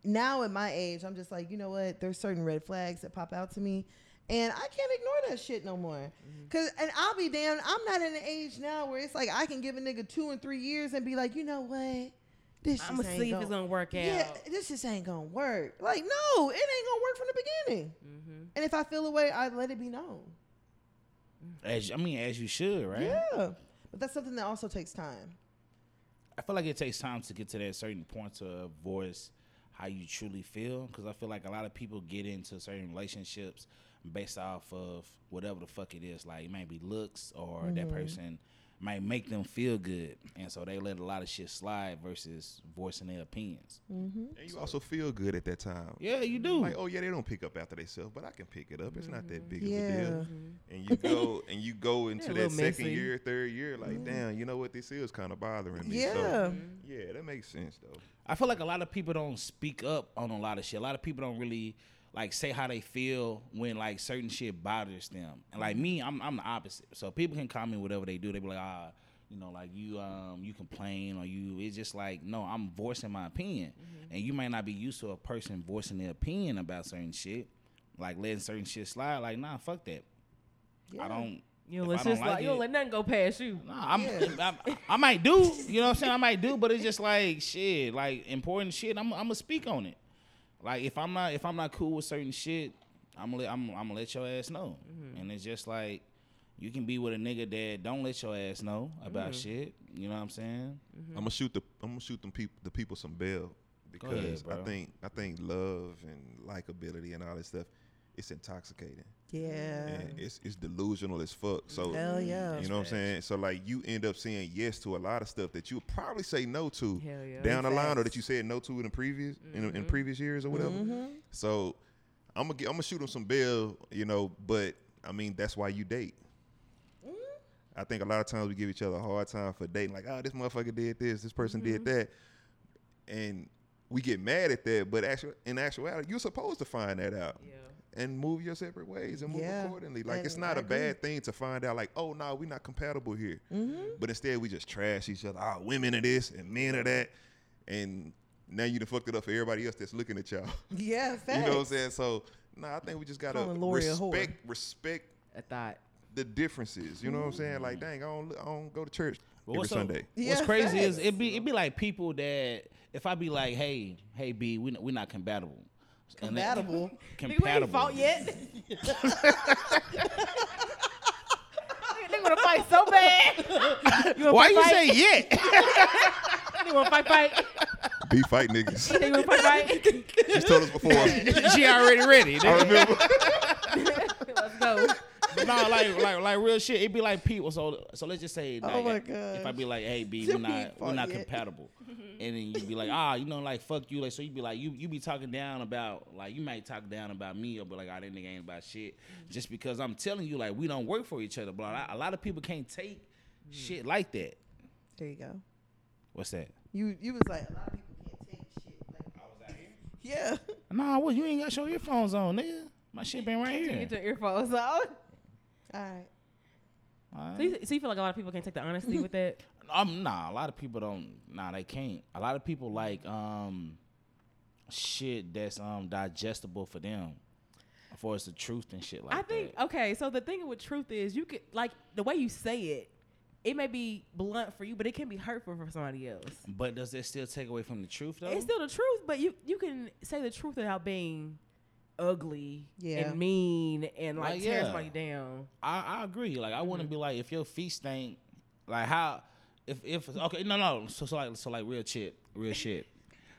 S2: now at my age, I'm just like, you know what? There's certain red flags that pop out to me, and I can't ignore that shit no more. Cause and I'll be damned, I'm not in an age now where it's like I can give a nigga two and three years and be like, you know what? This just
S1: I'ma
S2: ain't
S1: see if it's gonna work
S2: Yeah,
S1: out.
S2: this just ain't gonna work. Like, no, it ain't gonna work from the beginning.
S1: Mm-hmm.
S2: And if I feel away, I let it be known.
S3: As I mean, as you should, right?
S2: Yeah, but that's something that also takes time.
S3: I feel like it takes time to get to that certain point to voice how you truly feel. Because I feel like a lot of people get into certain relationships based off of whatever the fuck it is. Like maybe looks or that person might make them feel good, and so they let a lot of shit slide versus voicing their opinions.
S4: And you also feel good at that time.
S3: Yeah, you do.
S4: Like, oh yeah, they don't pick up after themselves, but I can pick it up. It's not that big of a
S2: Yeah.
S4: deal. And you go and you go into
S1: a
S4: that
S1: little
S4: second
S1: messy.
S4: year, third year, like, damn, you know what? This is kind of bothering me. So,
S2: Yeah.
S4: yeah, that makes sense though.
S3: I feel like a lot of people don't speak up on a lot of shit. A lot of people don't really like say how they feel when like certain shit bothers them. And like me, I'm I'm the opposite. So people can comment whatever they do. They be like, ah, you know, like you um you complain or you. It's just like no, I'm voicing my opinion,
S1: Mm-hmm.
S3: and you might not be used to a person voicing their opinion about certain shit, like letting certain shit slide. Like nah, fuck that. I don't.
S1: You don't
S3: if
S1: let
S3: I
S1: shit
S3: don't
S1: slide.
S3: like
S1: you don't
S3: it-
S1: let nothing go past you.
S3: Nah, I'm, I, I might do. You know what I'm saying? I might do, but it's just like shit, like important shit. I'm, I'm gonna speak on it. Like if I'm not, if I'm not cool with certain shit, I'm gonna, let, I'm, I'm gonna let your ass know.
S2: Mm-hmm.
S3: And it's just like you can be with a nigga that don't let your ass know about
S2: Mm-hmm.
S3: shit. You know what I'm saying?
S4: I'm gonna shoot the I'm gonna shoot them people the people some bell because
S3: ahead,
S4: I
S3: bro.
S4: think I think love and likability and all that stuff, it's intoxicating.
S2: Yeah.
S4: and it's it's delusional as fuck. So
S2: Hell
S1: Mm,
S2: yeah.
S4: You know what I'm saying? So like you end up saying yes to a lot of stuff that you would probably say no to
S1: Hell yeah. Mm-hmm.
S4: down the line, or
S2: Facts.
S4: that you said no to in the previous in, in previous years or whatever.
S2: Mm-hmm.
S4: So I'm gonna get, I'm gonna shoot him some bill, you know. But I mean that's why you date.
S2: Mm-hmm.
S4: I think a lot of times we give each other a hard time for dating, like oh this motherfucker did this, this person did
S2: Mm-hmm.
S4: that, and we get mad at that. But actually, in actuality, you're supposed to find that out
S1: Yeah.
S4: and move your separate ways and move
S2: Yeah.
S4: accordingly. Like it's
S2: And
S4: not
S2: I
S4: a bad thing to find out like, oh no, we're not compatible here.
S2: Mm-hmm.
S4: But instead we just trash each other. Ah, women are this and men are that. And now you done fucked it up for everybody else that's looking at y'all.
S2: Yeah, facts.
S4: you know what I'm saying? So Nah, I think we just gotta
S2: Calling Lori a whore.
S4: respect respect
S1: I thought.
S4: the differences. You know what I'm saying?
S2: Mm.
S4: Like, dang, I don't look- I don't go to church
S3: But
S4: every
S3: what's so-
S4: Sunday.
S3: what's
S2: Yeah,
S3: crazy is
S2: facts.
S3: it be it be like people that if I be like, hey, hey, B, we we not compatible. And they-
S2: Compatible?
S1: Nigga, we ain't
S3: compatible.
S1: fought yet. Nigga wanna fight so bad. You wanna
S3: Why
S1: fight,
S3: you
S1: fight?
S3: say yet?
S1: Nigga wanna fight fight.
S4: Be fight niggas.
S1: Nigga wanna fight fight.
S4: She's told us before. I
S3: she already ready. nigga.
S4: remember.
S1: Let's go.
S3: no, like like like real shit. It'd be like people. So so let's just say. Like,
S2: Oh my
S3: If I
S2: gosh.
S3: be like, hey B,
S2: Did
S3: we're
S2: we
S3: not we're
S2: fuck
S3: not
S2: yet?
S3: compatible, and then you'd be like, ah, you know, like fuck you. Like so you'd be like, you you be talking down about like you might talk down about me or be like, ah, that nigga ain't about shit, just because I'm telling you like we don't work for each other. But a lot- a lot of people can't take shit like that.
S2: There you go.
S3: What's that?
S2: You you was like a lot of people can't take shit. Like, yeah.
S3: Nah, what you ain't got your earphones on, nigga. My shit been right here.
S1: Get your earphones out.
S2: All right.
S3: Alright.
S1: So you, so you feel like a lot of people can't take the honesty with that?
S3: Um, nah, a lot of people don't. Nah, they can't. A lot of people like um, shit that's um digestible for them, for it's the truth and shit like
S1: I think uh,
S3: that.
S1: okay. So the thing with truth is, you could like the way you say it. It may be blunt for you, but it can be hurtful for somebody else.
S3: But does that still take away from the truth though?
S1: It's still the truth, but you you can say the truth without being ugly
S2: Yeah.
S1: and mean and like
S3: Like,
S1: tear
S3: yeah.
S1: somebody down.
S3: I, I agree. Like I wouldn't
S2: Mm-hmm.
S3: be like if your feet stink, like how if if okay no no so so like so like real shit real shit.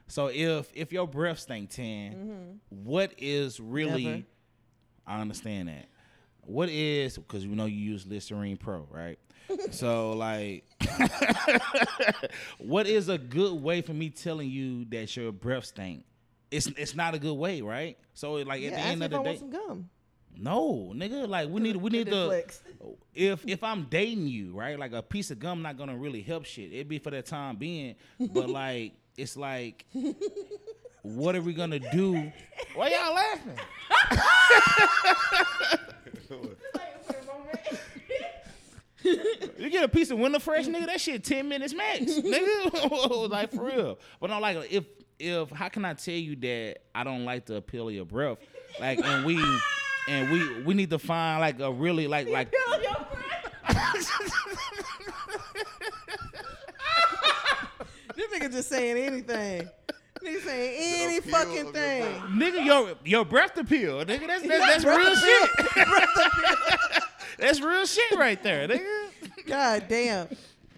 S3: So if if your breath stink 10 what is really?
S2: Mm-hmm. Never.
S3: I understand that. What is because we know you use Listerine Pro, right? so like, what is a good way for me telling you that your breath stink? It's it's not a good way, right? So like at
S2: yeah.
S3: the
S2: Ask
S3: end
S2: me
S3: of
S2: if
S3: the
S2: I
S3: day,
S2: want some gum.
S3: no, nigga. Like we need we
S2: Good
S3: need to
S2: flex.
S3: if if I'm dating you, right? Like a piece of gum not gonna really help shit. It'd be for the time being, but like it's like, what are we gonna do? Why y'all laughing? You get a piece of winter fresh, nigga. That shit ten minutes max, nigga. like for real. But no, like if if how can I tell you that I don't like the appeal of your breath? Like and we and we we need to find like a really like like
S2: This nigga just saying anything. Nigga saying any
S4: appeal of
S2: fucking
S4: your
S2: thing.
S4: breath.
S3: nigga your your breath appeal, nigga. That's that's, that's
S2: Breath
S3: real
S2: appeal.
S3: shit. that's real shit right there, nigga.
S2: God damn.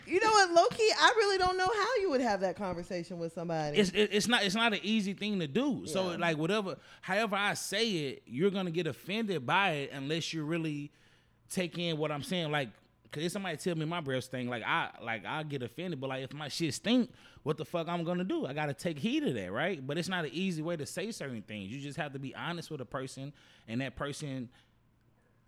S2: You know what, low key, I really don't know how you would have that conversation with somebody.
S3: It's it- it's not it's not an easy thing to do. So
S2: Yeah.
S3: like whatever, however I say it, you're gonna get offended by it unless you really take in what I'm saying. Like, cause if somebody tell me my breath stink, like I like I get offended. But like if my shit stink, what the fuck I'm gonna do? I gotta take heed of that, right? But it's not an easy way to say certain things. You just have to be honest with a person, and that person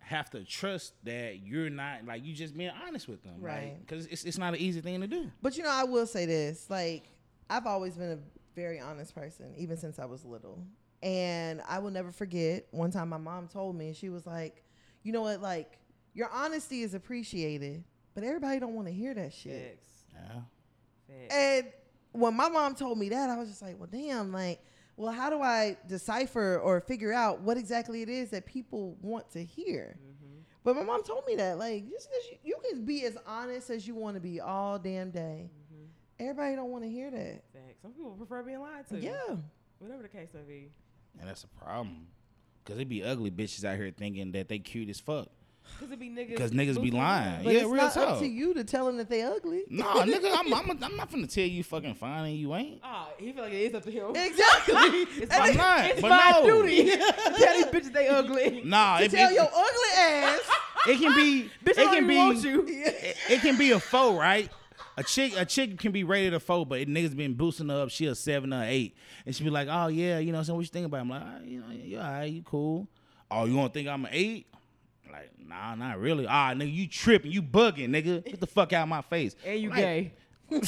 S3: have to trust that you're not like you just being honest with them, right?
S2: Right.
S3: Cause it's it's not an easy thing to do.
S2: But you know, I will say this. Like, I've always been a very honest person, even since I was little. And I will never forget one time my mom told me, she was like, you know what, like, your honesty is appreciated, but everybody don't want to hear that shit.
S3: Yeah.
S2: And when my mom told me that, I was just like, well, damn, like, well, how do I decipher or figure out what exactly it is that people want to hear? But my mom told me that, like, just because you, you can be as honest as you want to be all damn day, everybody don't want to hear that.
S1: Some people prefer being lied to.
S2: Mm-hmm. Yeah.
S1: Whatever the case may be.
S3: And that's a problem. Cause they be ugly bitches out here thinking that they cute as fuck.
S1: Cause it be niggas.
S3: Cause niggas be
S1: boosting
S3: lying.
S2: But
S3: yeah,
S2: it's
S3: real
S2: not
S3: talk.
S2: up to you to tell them that they ugly.
S3: Nah, nigga, I'm, I'm, I'm not finna tell you fucking fine and you ain't.
S1: them. Ah, he feel like it is up to him.
S2: Exactly.
S1: It's
S3: I'm
S1: my,
S3: not,
S1: it's
S3: but
S1: my
S3: no.
S1: duty to tell these bitches they ugly.
S3: Nah, it,
S2: tell
S3: it-
S2: your ugly ass.
S3: it can be,
S1: Bitch,
S3: it
S1: I don't
S3: can
S1: even want
S3: be,
S1: you.
S3: it, it can be a foe, right? A chick, a chick can be rated a foe, but niggas been boosting her up. She a seven or eight, and she be like, "Oh yeah, you know, so what you think about?" it?" I'm like, "Ah, "You know, you alright, you cool." Oh, you gonna think I'm an eight? Like, nah, not really. Ah, nigga, you tripping, you bugging, nigga. Get the fuck out of my face.
S1: And you
S3: Like,
S1: gay. they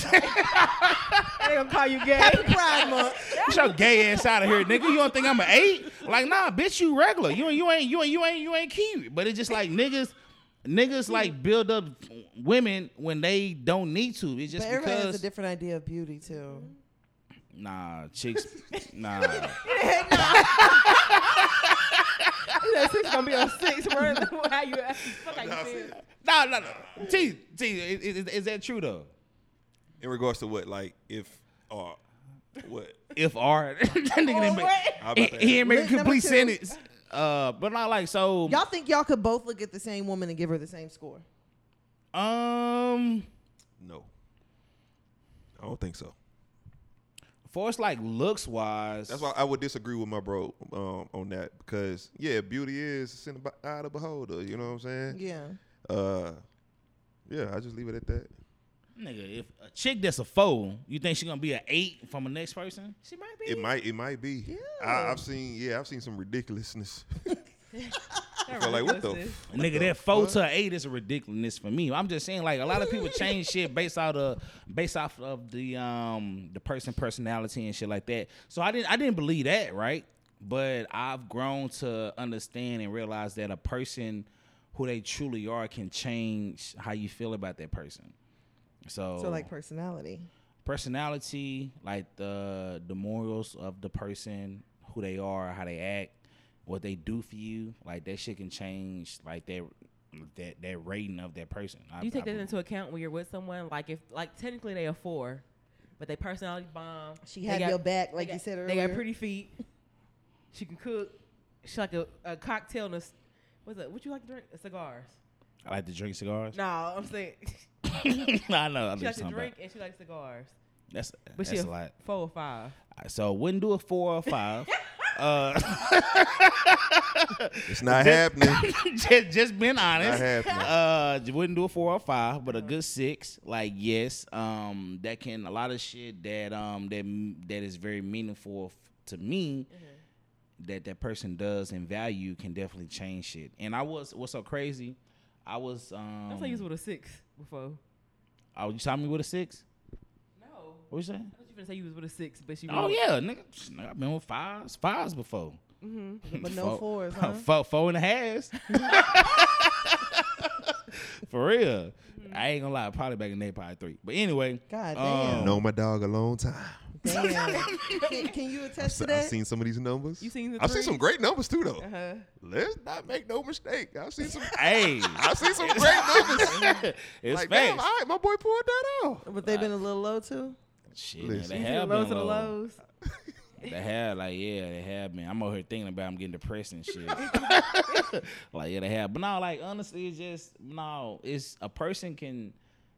S1: gonna call you gay.
S2: Happy Pride Month.
S3: Get your gay ass out of here, nigga. You don't think I'm an eight? Like, nah, bitch, you regular. You ain't, you ain't, you ain't, you ain't, you ain't cute. But it's just like niggas, niggas like build up women when they don't need to. It's
S2: But
S3: just
S2: everybody has a
S3: because
S2: different idea of beauty, too.
S3: nah, chicks, nah.
S1: how you fuck how you feel.
S3: No, no, no. T, T, is, is, is that true though?
S4: In regards to what, like if or what?
S3: If R, that nigga
S1: Or
S2: Oh,
S3: didn't make,
S1: what?
S4: How
S3: he,
S4: about that?
S3: he didn't make a
S2: Lit number
S3: complete
S2: two.
S3: sentence. Uh, but not like so.
S2: Y'all think y'all could both look at the same woman and give her the same score?
S3: Um,
S4: No, I don't think so.
S3: for us like looks wise,
S4: That's why I would disagree with my bro um, on that because yeah, beauty is it's in the be- eye of the beholder. You know what I'm saying?
S2: Yeah.
S4: Uh, yeah, I just leave it at that.
S3: nigga. If a chick that's a foe, you think she gonna be an eight from the next person?
S1: She might be.
S4: It might, it might be. I, I've seen, yeah, I've seen some ridiculousness.
S1: That
S4: But like, what the?
S1: ridiculous.
S4: f-
S3: nigga,
S4: the
S3: that four
S4: fuck?
S3: to an eight is a ridiculousness for me. I'm just saying, like a lot of people change shit based out of based off of the um the person personality and shit like that. So I didn't I didn't believe that, right? But I've grown to understand and realize that a person who they truly are can change how you feel about that person. So
S2: So like personality.
S3: personality, like the the morals of the person, who they are, how they act, what they do for you, like that shit can change like that that that rating of that person. I-
S1: Do you take
S3: I
S1: that into account when you're with someone? Like if like technically they are four, but they personality bomb.
S2: She
S1: They
S2: had
S1: got-
S2: your back,
S1: they
S2: like you
S1: got-
S2: said earlier.
S1: They got pretty feet. She can cook. She like a, a cocktail and a s- what's that? What you like to drink? Cigars.
S3: I like to drink cigars.
S1: No, I'm saying she
S3: I know. I know what you're
S1: likes to
S3: talking
S1: drink
S3: about.
S1: and she likes cigars.
S3: That's
S1: But
S3: that's
S1: she
S3: a lot.
S1: four or five.
S3: So wouldn't do a four or five.
S4: It's not happening.
S3: just just being honest.
S4: Not happening.
S3: Uh, you wouldn't do a four or five, but a good six. Like yes, um, that can a lot of shit that um that that is very meaningful f- to me.
S1: Mm-hmm.
S3: That that person does and value can definitely change shit. And I was what's so crazy. I was um.
S1: I thought you was with a six before.
S3: oh, you saw me with a six.
S1: No,
S3: What you saying?
S1: I thought you were gonna say you was with a six, but she.
S3: Oh yeah, nigga, Psh, nigga, I've been with fives, fives before.
S2: but no fours, huh?
S3: four, four and a half. For real, I ain't gonna lie. Probably back in the day, probably three. But anyway,
S2: God
S3: um,
S4: Known my dog a long time.
S2: Damn. can, can you attest to
S4: So
S2: that?
S4: I've seen some of these numbers.
S1: You seen the
S4: I've seen some
S1: threes?
S4: great numbers too, though.
S1: Uh-huh.
S4: Let's not make no mistake. I've seen some.
S3: Hey,
S4: I've seen some great numbers.
S3: it's
S4: like, damn, all
S3: fast.
S4: right, my boy pulled that off.
S2: but they've been a little low too.
S3: Shit, man,
S4: Listen.
S3: they
S1: You seen
S3: have
S1: the lows and
S3: been
S1: the
S3: low.
S1: lows.
S3: They have, like, yeah, they have been. I'm over here thinking about I'm getting depressed and shit. like, yeah, they have. But no, like, honestly, it's just no. It's a person can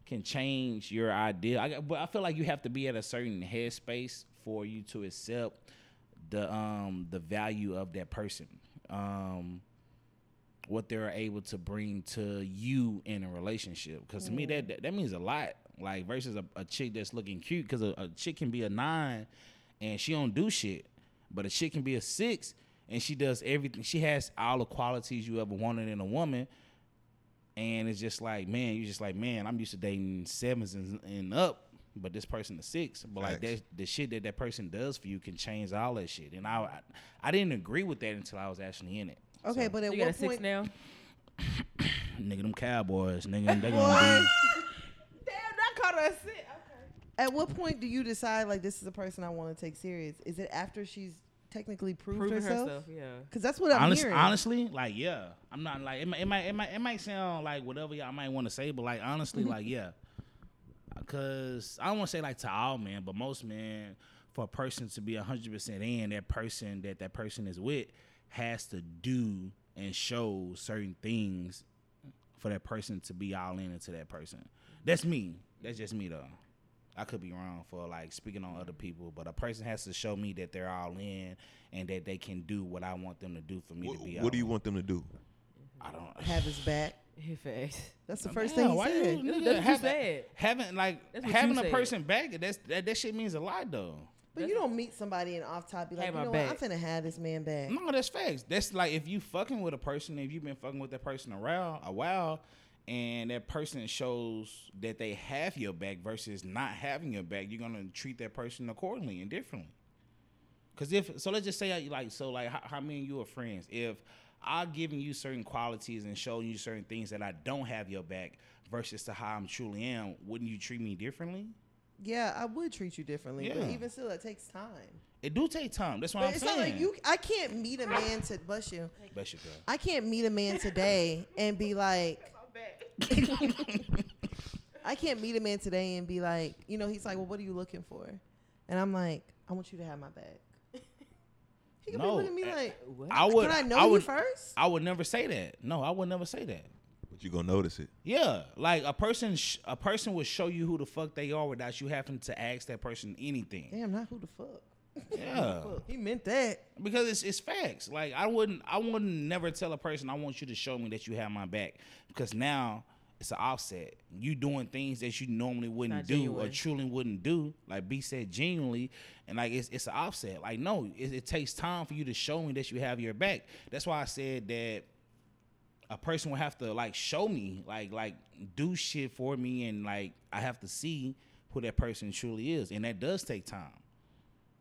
S3: can change your idea. I, got- but I feel like you have to be at a certain headspace for you to accept the um the value of that person. Um, what they're able to bring to you in a relationship. Because to me, that, that that means a lot. Like versus a, a chick that's looking cute. Because a, a chick can be a nine, and she don't do shit, but a chick can be a six, and she does everything. She has all the qualities you ever wanted in a woman. And it's just like, man, you just like, man, I'm used to dating sevens and, and up, but this person is six. But like
S4: Facts.
S3: that, the shit that that person does for you can change all that shit. And I, I, I didn't agree with that until I was actually in it.
S2: Okay, but at
S1: You got a
S2: what
S1: six
S2: point?
S1: now.
S3: Nigga, them Cowboys, nigga, they gonna
S2: Boy,
S3: be.
S1: Damn, I caught her a six. Okay.
S2: at what point do you decide like this is the person I want to take serious? Is it after she's technically proved
S1: Proving
S2: herself?
S1: herself. Yeah.
S2: Because that's what I'm
S3: Honest,
S2: hearing.
S3: honestly, like yeah, I'm not like it might, it might it might it might sound like whatever y'all might want to say, but like
S2: Mm-hmm.
S3: honestly, like yeah, because I don't want to say like to all men, but most men, for a person to be hundred percent in, that person that that person is with has to do and show certain things for that person to be all in into that person. That's me. That's just me though. I could be wrong for like speaking on other people, but a person has to show me that they're all in and that they can do what I want them to do for me
S4: What,
S3: to be.
S4: what do
S3: all
S4: you
S3: in.
S4: want them to do?
S3: I don't.
S2: Have his back.
S1: Hit fast.
S2: That's the first
S3: Damn,
S2: thing he
S3: why you-
S2: said.
S3: nigga,
S1: That's what you
S3: having-
S1: said.
S3: Having like
S1: That's what you
S3: having a
S1: said.
S3: person back, that's that, that shit means a lot though.
S2: but you don't meet somebody and off top be like,
S1: Have
S2: you
S1: my
S2: know
S1: back."
S2: what? I'm finna have this man back.
S3: No, that's facts. That's like if you fucking with a person, if you've been fucking with that person around a while, and that person shows that they have your back versus not having your back, you're gonna treat that person accordingly and differently. Cause if so, let's just say I- like so, like how, how me and you are friends. If I'm giving you certain qualities and showing you certain things that I don't have your back versus to how I'm truly am, wouldn't you treat me differently?
S2: yeah, I would treat you differently.
S3: Yeah.
S2: But even still, that takes time.
S3: It do take time. That's what
S2: But
S3: I'm
S2: it's
S3: saying.
S2: not like you. I can't meet a man to bless you.
S3: Bless you, girl.
S2: I can't meet a man today and be like, I can't meet a man today and be like, you know, he's like, well, what are you looking for? And I'm like, I want you to have my back. He could
S3: No, eh,
S2: be looking at me
S3: I-
S2: like,
S3: I would.
S2: can I know
S3: would,
S2: you first?
S3: I would never say that. No, I would never say that.
S4: But you gonna notice it.
S3: Yeah, like a person, sh- a person will show you who the fuck they are without you having to ask that person anything.
S2: Damn, not who the fuck.
S3: Yeah,
S2: He meant that.
S3: because it's it's facts. Like I wouldn't, I wouldn't never tell a person I want you to show me that you have my back because now it's an offset. You doing things that you normally wouldn't
S1: Not
S3: do or
S1: genuine.
S3: truly wouldn't do. Like B said, genuinely, and like it's it's an offset. Like no, it, it takes time for you to show me that you have your back. That's why I said that a person would have to like show me, like like do shit for me, and like I have to see who that person truly is, and that does take time.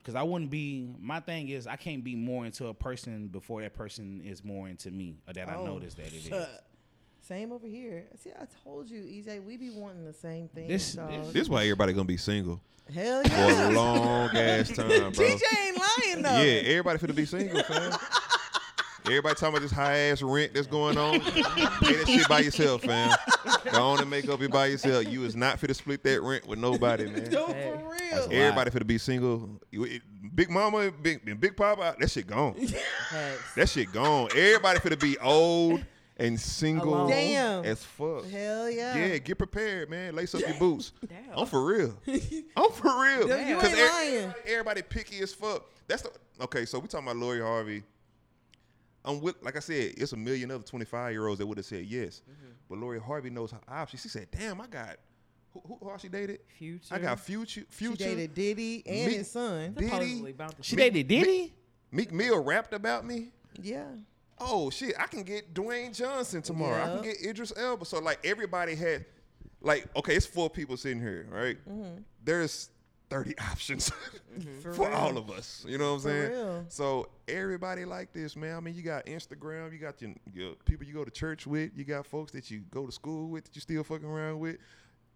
S3: Cause I wouldn't be. My thing is, I can't be more into a person before that person is more into me, or that I
S2: Oh,
S3: notice that it is.
S2: shut. Same over here. See, I told you, EJ, we be wanting the same thing.
S3: This-
S2: dog.
S4: This is why everybody gonna be single
S2: Hell
S4: for a
S2: yeah.
S4: long ass time, bro.
S2: DJ ain't lying
S4: Yeah,
S2: though.
S4: everybody finna be single, fam. Everybody talking about this high ass rent that's going on. Pay that shit by yourself, fam. Go on and make up it by yourself. You is not finna split that rent with nobody, man.
S2: No,
S1: Hey,
S2: for
S3: that's
S2: real.
S3: a
S4: Everybody finna be single. You- it- Big Mama, and Big and Big Papa, that shit gone.
S1: Facts.
S4: That shit gone. Everybody finna be old and single
S1: Alone.
S2: Damn.
S4: as fuck.
S2: Hell yeah.
S4: Yeah, get prepared, man. Lace up your boots.
S1: Damn.
S4: I'm for real. I'm for real.
S2: Them- you
S4: 'Cause
S2: ain't
S4: e-
S2: lying.
S4: Everybody picky as fuck. That's the okay. So we talking about Lori Harvey. I'm with, like I said, it's a million other 25 year olds that would have said yes, but Lori Harvey knows her options. She said, "Damn, I got who, who, who else she dated?
S1: Future.
S4: I got Future,
S2: She
S4: Future,
S2: dated Diddy and
S4: Me-
S2: his son.
S4: Diddy.
S1: Supposedly bound to
S3: She
S1: be.
S3: dated Diddy.
S4: Meek Mill rapped about me."
S2: Yeah.
S4: oh shit, I can get Dwayne Johnson tomorrow. I can
S2: Yeah.
S4: get Idris Elba. So like everybody had, like okay, it's four people sitting here, right?
S2: Mm-hmm.
S4: There's thirty options for,
S2: real.
S4: all of us. You know what I'm
S2: For
S4: saying?
S2: real.
S4: So everybody like this, man. I mean, you got Instagram, you got your, your people you go to church with, you got folks that you go to school with that you still fucking around with.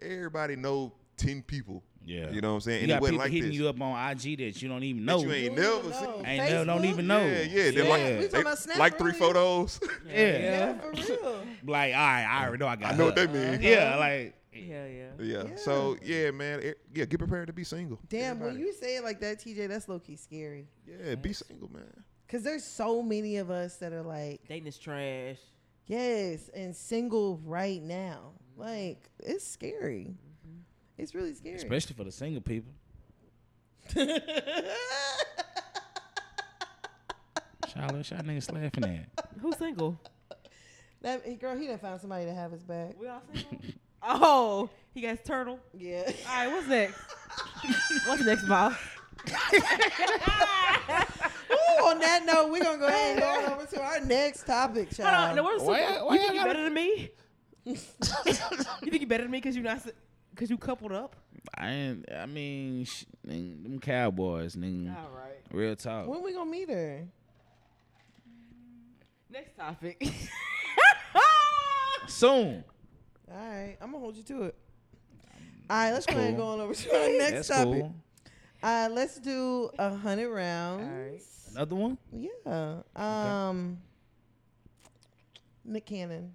S4: Everybody know ten people.
S3: Yeah.
S4: you know what I'm saying.
S3: You
S4: And it
S3: got
S4: wasn't
S3: people
S4: like
S3: hitting
S4: this.
S3: you up on IG that you don't even know.
S4: you ain't
S2: You don't
S4: never
S2: even
S4: seen-
S2: know.
S3: Ain't no- don't
S2: Facebook?
S3: even know.
S4: Yeah, yeah. They're
S3: Yeah.
S4: like,
S3: We
S4: they-
S2: talking about Snap
S4: like three
S2: earlier.
S4: photos.
S3: Yeah.
S2: Yeah, for real.
S3: Like, all right, I already know I got.
S4: I
S3: her.
S4: know what they mean.
S3: Yeah, like
S1: Yeah, yeah.
S2: Yeah.
S4: Yeah. So yeah, man. e- yeah, get prepared to be single.
S2: Damn, when
S4: Everybody.
S2: you say it like that, TJ, that's low key scary.
S4: Yeah, be single, man.
S2: Cause there's so many of us that are like,
S1: Dating is trash.
S2: yes, and single right now. Like, it's scary. It's really scary.
S3: especially for the single people. Charlotte, y'all niggas laughing at.
S1: Who's single?
S2: that girl, he done found somebody to have his back.
S1: We all single. oh, he got his turtle.
S2: Yeah.
S1: All right, what's next? what's next, boss?
S2: Ooh, on that note, we're gonna go ahead and go on over to our next topic,
S1: Hold on.
S2: child.
S1: No, we're
S3: Why
S1: super-
S3: y'all- why
S1: you think
S3: y'all
S1: you
S3: gotta-
S1: better than me? you think you better than me because you not because you coupled up?
S3: I ain't. I mean, sh- nigga, them cowboys, nigga.
S1: All right.
S3: Real talk.
S2: when we gonna meet her?
S1: Next topic.
S3: Soon.
S2: All right, I'm gonna hold you to it. All right, let's go ahead and go
S3: Um, cool.
S2: on over to our next
S3: That's
S2: topic.
S3: cool.
S2: Uh, let's do a hundred rounds.
S1: right.
S3: Another one.
S2: Yeah. Um. Nick Cannon,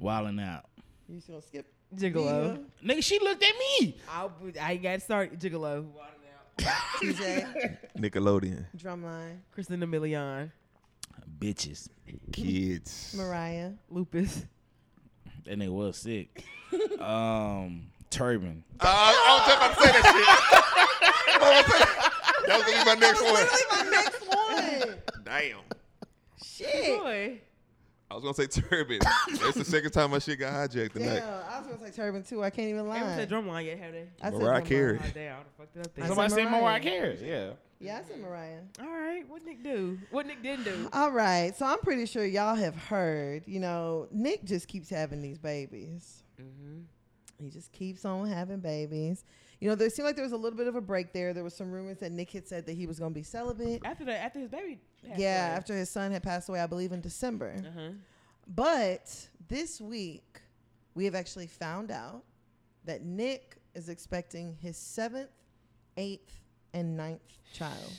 S3: Wilding out.
S2: you just gonna skip?
S1: Gigolo.
S3: Nigga, she looked at me.
S1: I would- I ain't got started. Gigolo.
S2: Viva, TJ,
S4: Nickelodeon,
S2: Drumline,
S1: Christina Milian.
S3: Bitches.
S4: kids.
S2: Mariah.
S1: Lupus.
S3: That nigga was sick. um, turban.
S4: Uh, I was just about to say that shit. I was about to say that. That was gonna be my next one.
S2: My next one.
S4: Damn.
S2: Shit.
S1: Boy.
S4: I was gonna say turban. That's the second time my shit got hijacked
S2: Damn,
S4: tonight.
S2: I was gonna say turban too. I can't even
S1: They haven't
S2: lie.
S1: said drumline yet, have they?
S2: I said
S4: Mariah
S2: Drumline.
S4: Carey.
S1: Oh, damn. I done fucked it up there.
S2: I
S3: Somebody
S2: said
S3: said Mariah
S2: Mariah.
S3: Carey. Yeah.
S2: Yeah, I said Mariah.
S1: All right. What Nick do? What Nick didn't do?
S2: All right, so I'm pretty sure y'all have heard. You know, Nick just keeps having these babies.
S1: Mm-hmm.
S2: He just keeps on having babies. You know, there seemed like there was a little bit of a break there. There was some rumors that Nick had said that he was going to be celibate.
S1: After the after his baby. passed
S2: yeah,
S1: away.
S2: after his son had passed away, I believe in December.
S1: Uh-huh.
S2: But this week, we have actually found out that Nick is expecting his seventh, eighth, and ninth child.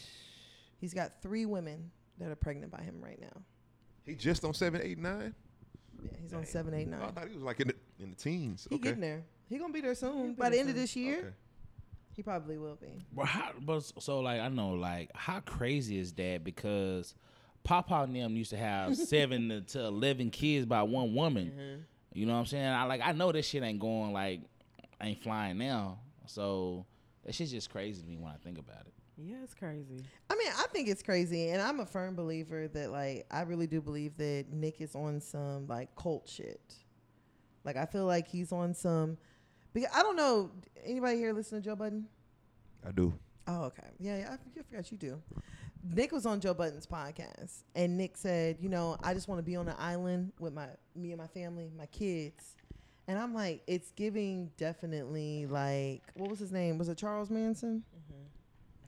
S2: He's got three women that are pregnant by him right now.
S4: He just on seven, eight, nine. Oh,
S2: Yeah, he's on seven, eight,
S4: I
S2: nine.
S4: thought he was like in the in the teens.
S2: He
S4: okay.
S2: getting there. He gonna be there
S1: be
S2: soon. By the
S1: there
S2: end of
S1: soon.
S2: this year,
S4: Okay.
S2: he probably will be.
S3: But how, but s- so like I know like how crazy is that because Papa and them used to have seven to, to eleven kids by one woman. You know what I'm saying? I like I know this shit ain't going like ain't flying now. So that shit's just crazy to me when I think about it.
S1: Yeah, it's crazy.
S2: I mean, I think it's crazy, and I'm a firm believer that like I really do believe that Nick is on some like cult shit. Like I feel like he's on some. Because I don't know anybody here listen to Joe Budden.
S4: I do.
S2: Oh, okay. Yeah, yeah I, forg- I forgot you do. Nick was on Joe Budden's podcast, and Nick said, "You know, I just want to be on an island with my me and my family, my kids." And I'm like, it's giving definitely like what was his name? Was it Charles Manson?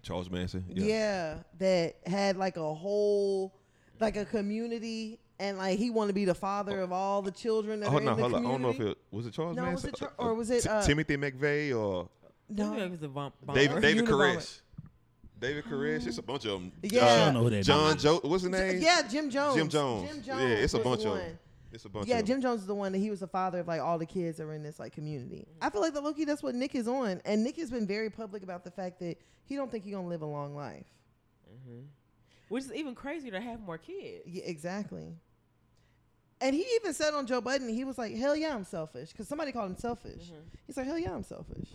S4: Charles Manson.
S2: Yeah. that had like a whole like a community, and like he wanted to be the father of all the children. That
S4: Oh
S2: are
S4: no,
S2: in the
S4: hold on. I don't know if
S2: community.
S4: it was it Charles
S2: No, was
S4: Manson
S2: it Char- or was it,
S4: Ti-
S2: uh,
S4: Timothy McVeigh or
S1: Maybe it
S2: no.
S1: was a bump.
S4: David
S1: bomber.
S4: David
S2: Unabomber.
S4: Koresh? David Koresh. It's a bunch of them.
S2: Yeah.
S3: I don't know who that
S4: John
S3: is.
S4: Joe. What's his name?
S2: Yeah, Jim Jones.
S4: Jim Jones.
S2: Jim Jones.
S4: Yeah, it's a
S2: was the
S4: bunch of
S2: one.
S4: 'em. It's a bunch.
S2: Yeah,
S4: of
S2: Jim Jones is the one that he was the father of like all the kids that were in this like community. I feel like the Loki that's what Nick is on, and Nick has been very public about the fact that he don't think he gonna live a long life.
S1: Which is even crazier to have more kids.
S2: Yeah, exactly. And he even said on Joe Budden, he was like, "Hell yeah, I'm selfish," because somebody called him selfish. He's like, "Hell yeah, I'm selfish."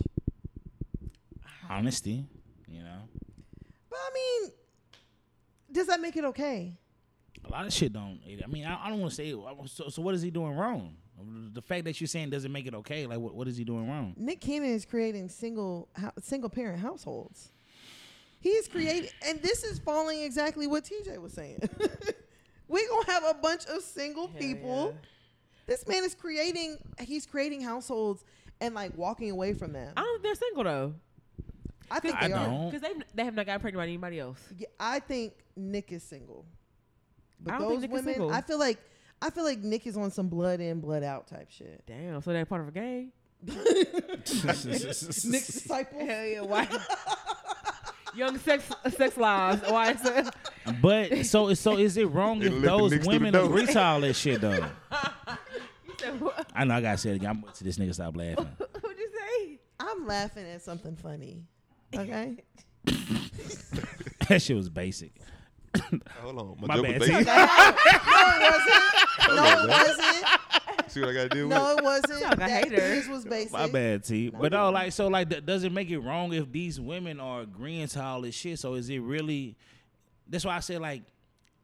S3: Honesty, you know.
S2: But I mean, does that make it okay?
S3: A lot of shit don't. I mean, I, I don't want to say. uh, So, so what is he doing wrong? The fact that you're saying doesn't make it okay. Like, what, what is he doing wrong?
S2: Nick Cannon is creating single hou- single parent households. He is creating, and this is following exactly what TJ was saying. we gonna have a bunch of single
S1: Hell
S2: people.
S1: yeah.
S2: This man is creating. He's creating households and like walking away from them.
S1: I don't. They're single though,
S2: I think
S3: I
S2: they are.
S3: don't.
S1: because they they have not gotten pregnant by anybody else.
S2: Yeah, I think Nick is single. But
S1: I don't
S2: those
S1: think Nick is
S2: women,
S1: single.
S2: I feel like I feel like Nick is on some blood in, blood out type shit.
S1: Damn. So they're part of a gang.
S2: Nick's disciple.
S1: Hell yeah. Why? Young sex sex lives. Why? Is it?
S3: But so is- so is it wrong
S4: It'll
S3: if
S4: let the
S3: those
S4: nicks to the
S3: women
S4: door.
S3: agree to all that shit though?
S1: You said what?
S3: I know I gotta say it again. I'm to this nigga stop laughing.
S1: What'd you say?
S2: I'm laughing at something funny. Okay.
S3: that shit was basic.
S4: Hold on. My,
S3: My
S4: joke
S3: bad.
S4: was basic.
S2: No, it wasn't.
S4: See what I got to deal
S2: No,
S4: with?
S2: it wasn't.
S1: Y'all got
S2: That-
S1: haters.
S2: His was basic.
S3: My bad, T. But
S2: you
S3: no,
S2: don't.
S3: like so, like th- does it make it wrong if these women are agreeing to all this shit? So is it really? That's why I say like.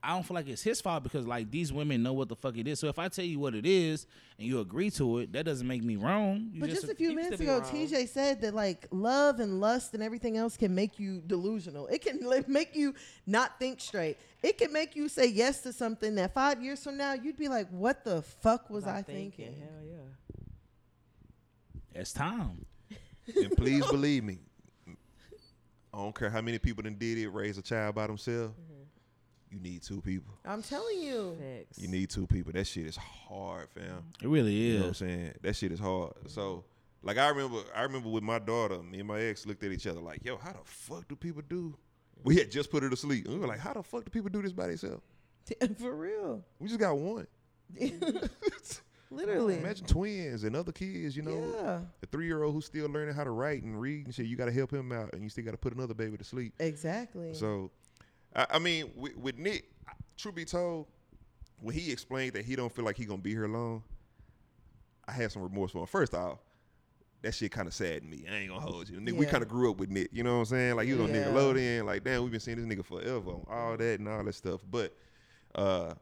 S3: I don't feel like it's his fault because like these women know what the fuck it is. So if I tell you what it is and you agree to it, that doesn't make me wrong. You
S2: But just, a
S1: you
S2: few
S1: can
S2: minutes
S1: still be
S2: ago,
S1: wrong.
S2: TJ said that like love and lust and everything else can make you delusional. It can like, make you not think straight. It can make you say yes to something that five years from now you'd be like, "What the fuck was I thinking?"
S1: Hell yeah.
S3: That's time.
S4: And please believe me. I don't care how many people done did it, raise a child by themselves.
S2: Mm-hmm.
S4: You need two people.
S2: I'm telling you,
S1: Sex.
S4: You need two people. That shit is hard, fam.
S3: It really
S4: You know what I'm
S3: is.
S4: saying? That shit is hard. So, like, I remember, I remember with my daughter, me and my ex looked at each other like, "Yo, how the fuck do people do?" We had just put her to sleep. And we were like, "How the fuck do people do this by themselves?
S2: for real,
S4: We just got one.
S2: literally,
S4: Imagine twins and other kids. You know,
S2: yeah,
S4: a three-year-old who's still learning how to write and read and shit. You got to help him out, and you still got to put another baby to sleep.
S2: exactly.
S4: So, I, I mean, with, with Nick, I- truth be told, when he explained that he don't feel like he gonna be here long, I had some remorse for him. First off, that shit kind of saddened me. I ain't gonna hold you. Nigga, We
S2: Yeah.
S4: kind of grew up with Nick. You know what I'm saying? Like you was on
S2: Yeah.
S4: Nickelodeon. Like damn, we've been seeing this nigga forever on all that and all that stuff. But uh,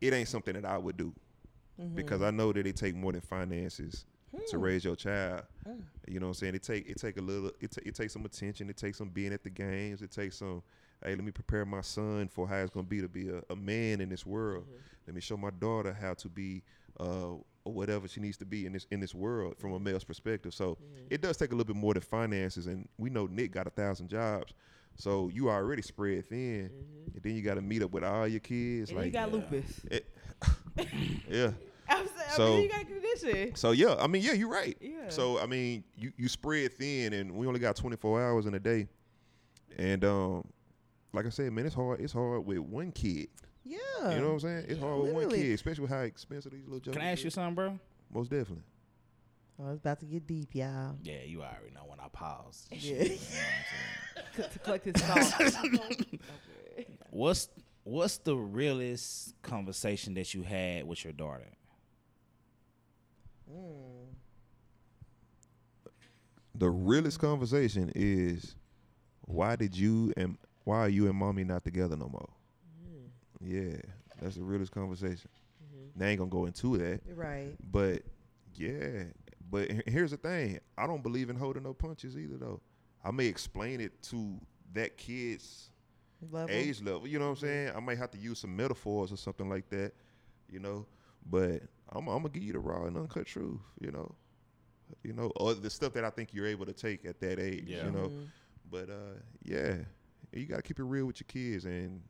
S4: it ain't something that I would do because I know that it take more than finances to raise your child. You know what I'm saying? It take it take a little it, ta- it takes some attention, it takes some being at the games, it takes some hey, let me prepare my son for how it's going to be to be a, a man in this world. Let me show my daughter how to be uh whatever she needs to be in this in this world from a male's perspective. So it does take a little bit more than finances and we know Nick got a thousand jobs. So you already spread thin Mm-hmm. and then you got to meet up with all your kids
S1: And
S4: like
S1: you got lupus.
S4: it- yeah.
S1: I'm saying, I
S4: So-
S1: mean, you gotta condition.
S4: So yeah, I mean, yeah, you're right.
S1: Yeah.
S4: So I mean, you you spread thin, and we only got 24 hours in a day, and um, like I said, man, it's hard. It's hard with one kid.
S2: Yeah.
S4: You know what I'm saying? It's hard with one
S2: Uh, literally.
S4: kid, especially with how expensive these
S3: Can
S4: little.
S3: I
S4: jokers
S3: ask you
S4: is.
S3: something, bro?
S4: Most definitely.
S2: Oh, it's about to get deep, y'all.
S3: Yeah, you already know when I pause.
S2: Yeah.
S1: to, to collect his thoughts. Okay.
S3: What's what's the realest conversation that you had with your daughter?
S4: The realest conversation is, why did you and why are you and mommy not together no more? Yeah, that's the realest conversation. They ain't gonna go into that.
S2: right.
S4: But yeah, but he- here's the thing: I don't believe in holding no punches either, though. I may explain it to that kid's
S2: Level.
S4: age level. You know what I'm saying? I might have to use some metaphors or something like that. You know, but I'm, I'm gonna give you the raw and uncut truth. You know, you know, or the stuff that I think you're able to take at that age.
S3: Yeah.
S4: You know,
S2: Mm-hmm.
S4: but uh, yeah, you gotta keep it real with your kids. And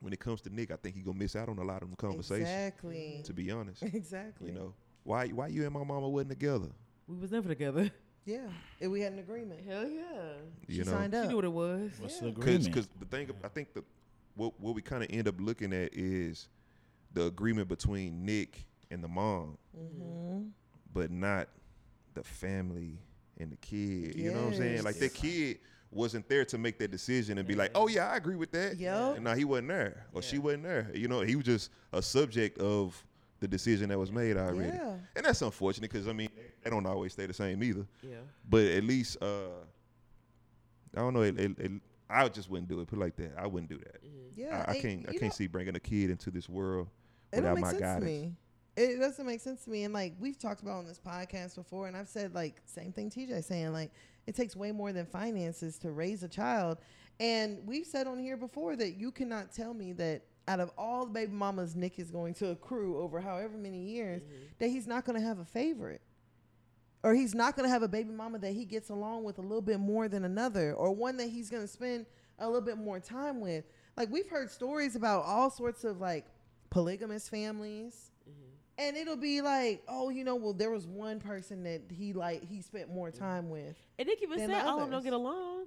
S4: when it comes to Nick, I think he gonna miss out on a lot of them conversations.
S2: Exactly.
S4: To be honest.
S2: Exactly.
S4: You know, why why you and my mama wasn't together?
S1: we was never together.
S2: Yeah. If we had an agreement.
S1: Hell yeah.
S4: You
S2: she
S4: know,
S2: signed up.
S1: She knew what it was.
S3: What's
S2: Yeah.
S3: the
S4: because
S3: agreement?
S4: the thing I think the what what we kind of end up looking at is the agreement between Nick and the mom,
S2: Mm-hmm.
S4: but not the family and the kid. You know what I'm saying?
S2: Yes.
S4: Like that kid wasn't there to make that decision and be like, oh yeah, I agree with that.
S2: Yup.
S4: And now he wasn't there or she wasn't there. You know, he was just a subject of the decision that was made already.
S2: Yeah.
S4: And that's unfortunate because I mean they don't always stay the same either.
S1: Yeah.
S4: But at least uh I don't know. It, it, it, I just wouldn't do it. Put it like that. I wouldn't do that.
S2: Yeah.
S4: I, I
S2: it-
S4: can't. I
S2: you
S4: can't see bringing a kid into this world
S2: It don't
S4: without
S2: make
S4: my
S2: sense
S4: guidance.
S2: to me. It doesn't make sense to me. And like we've talked about on this podcast before, and I've said like same thing TJ saying, like it takes way more than finances to raise a child. And we've said on here before that you cannot tell me that out of all the baby mamas Nick is going to accrue over however many years, that he's not gonna have a favorite. Or he's not gonna have a baby mama that he gets along with a little bit more than another, or one that he's gonna spend a little bit more time with. Like we've heard stories about all sorts of like polygamous families.
S1: Mm-hmm.
S2: And it'll be like, oh, you know, well, there was one person that he like he spent more time with.
S1: And Nick even
S2: Than
S1: said
S2: the
S1: all of them
S2: others.
S1: don't get along.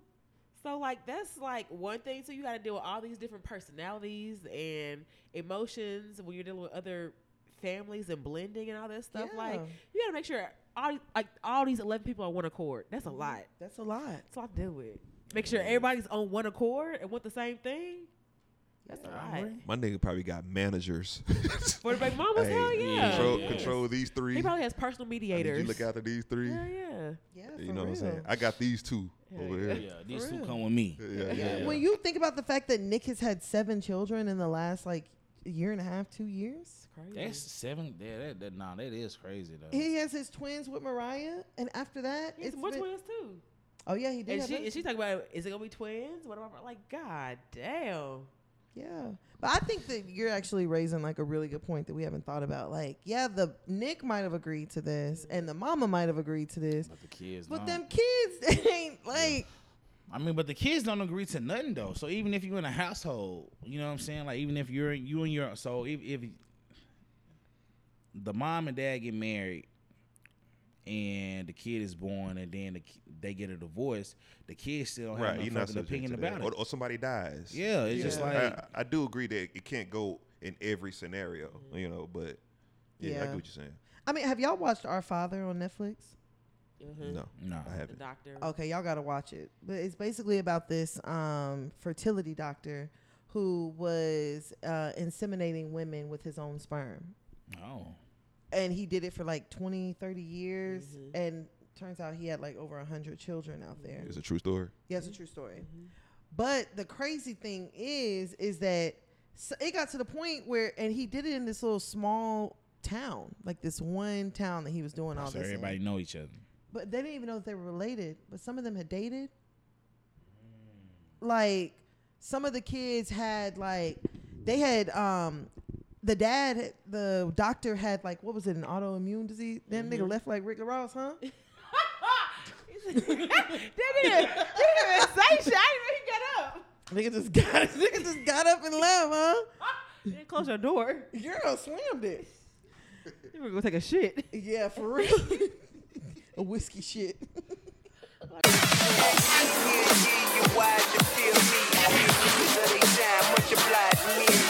S1: So like that's like one thing. So you got to deal with all these different personalities and emotions when you're dealing with other families and blending and all that stuff. Like
S2: Yeah.
S1: you got to make sure all like all these eleven people on one accord. That's a lot.
S2: That's a lot.
S1: That's a lot to deal with. Make sure everybody's on one accord and want the same thing. That's a lot.
S4: My nigga probably got managers.
S1: For the baby mamas,
S4: Hey,
S1: hell yeah.
S4: control,
S3: Yeah.
S4: control these three.
S1: He probably has personal
S4: I need
S1: mediators.
S4: You look after these three.
S1: Hell yeah.
S2: Yeah, for
S4: you know
S2: real.
S4: what I'm saying? I got these two
S1: Hell
S4: over
S1: yeah.
S4: here.
S3: yeah, these
S2: For
S3: two
S2: real.
S3: come with me.
S4: Yeah, yeah,
S2: Yeah,
S4: yeah.
S2: When you think about the fact that Nick has had seven children in the last like year and a half, two years,
S1: It's crazy.
S3: That's seven. Yeah, that, that nah, that is crazy though.
S2: he has his twins with Mariah, and after that,
S1: he has
S2: it's
S1: more
S2: been-
S1: twins too.
S2: oh yeah, he did.
S1: And
S2: have
S1: she
S2: those
S1: and she talking about is it gonna be twins? What am I like? God damn.
S2: Yeah. But I think that you're actually raising like a really good point that we haven't thought about. Like, yeah, the Nick might have agreed to this and the mama might have agreed to this.
S3: But the kids,
S2: But
S3: don't.
S2: them kids they ain't like
S3: I mean, but the kids don't agree to nothing though. So even if you're in a household, you know what I'm saying? Like even if you're you and your so if, if the mom and dad get married and the kid is born and then the, ki- they get a divorce, the kids still don't have
S4: right, you're
S3: no
S4: not
S3: fucking
S4: subject
S3: opinion
S4: to that.
S3: about
S4: Or,
S3: it.
S4: or somebody dies.
S3: yeah, it's just
S2: Yeah.
S3: like
S4: I, I do agree that it can't go in every scenario. You know, but yeah,
S2: Mm-hmm. Yeah.
S4: I get what you're saying.
S2: I mean, have y'all watched Our Father on Netflix?
S1: Mhm.
S2: Mm-hmm.
S4: No,
S3: no.
S4: I
S1: The
S4: haven't.
S1: doctor.
S2: Okay, y'all gotta watch it. But it's basically about this um fertility doctor who was uh inseminating women with his own sperm.
S3: Oh,
S2: and he did it for like 20 30 years
S1: Mm-hmm.
S2: and turns out he had like over 100 children out there
S4: It's a true story.
S2: yeah it's a true story but the crazy thing is is that s it got to the point where and he did it in this little small town like this one town that he was doing all
S3: so
S2: this in.
S3: everybody know each other.
S2: but they didn't even know that they were related but some of them had dated like some of the kids had like they had um the dad the doctor had like what was it an autoimmune disease that nigga left like rick ross huh
S1: that nigga, that nigga say shit. I didn't
S2: nigga just got nigga just got up and left huh
S1: even get up. Didn't close your door.
S2: girl slammed it
S1: You were gonna take a shit.
S2: Yeah, for real. A whiskey shit.
S6: G, you wide to feel me. Let it shine, much obliged, me.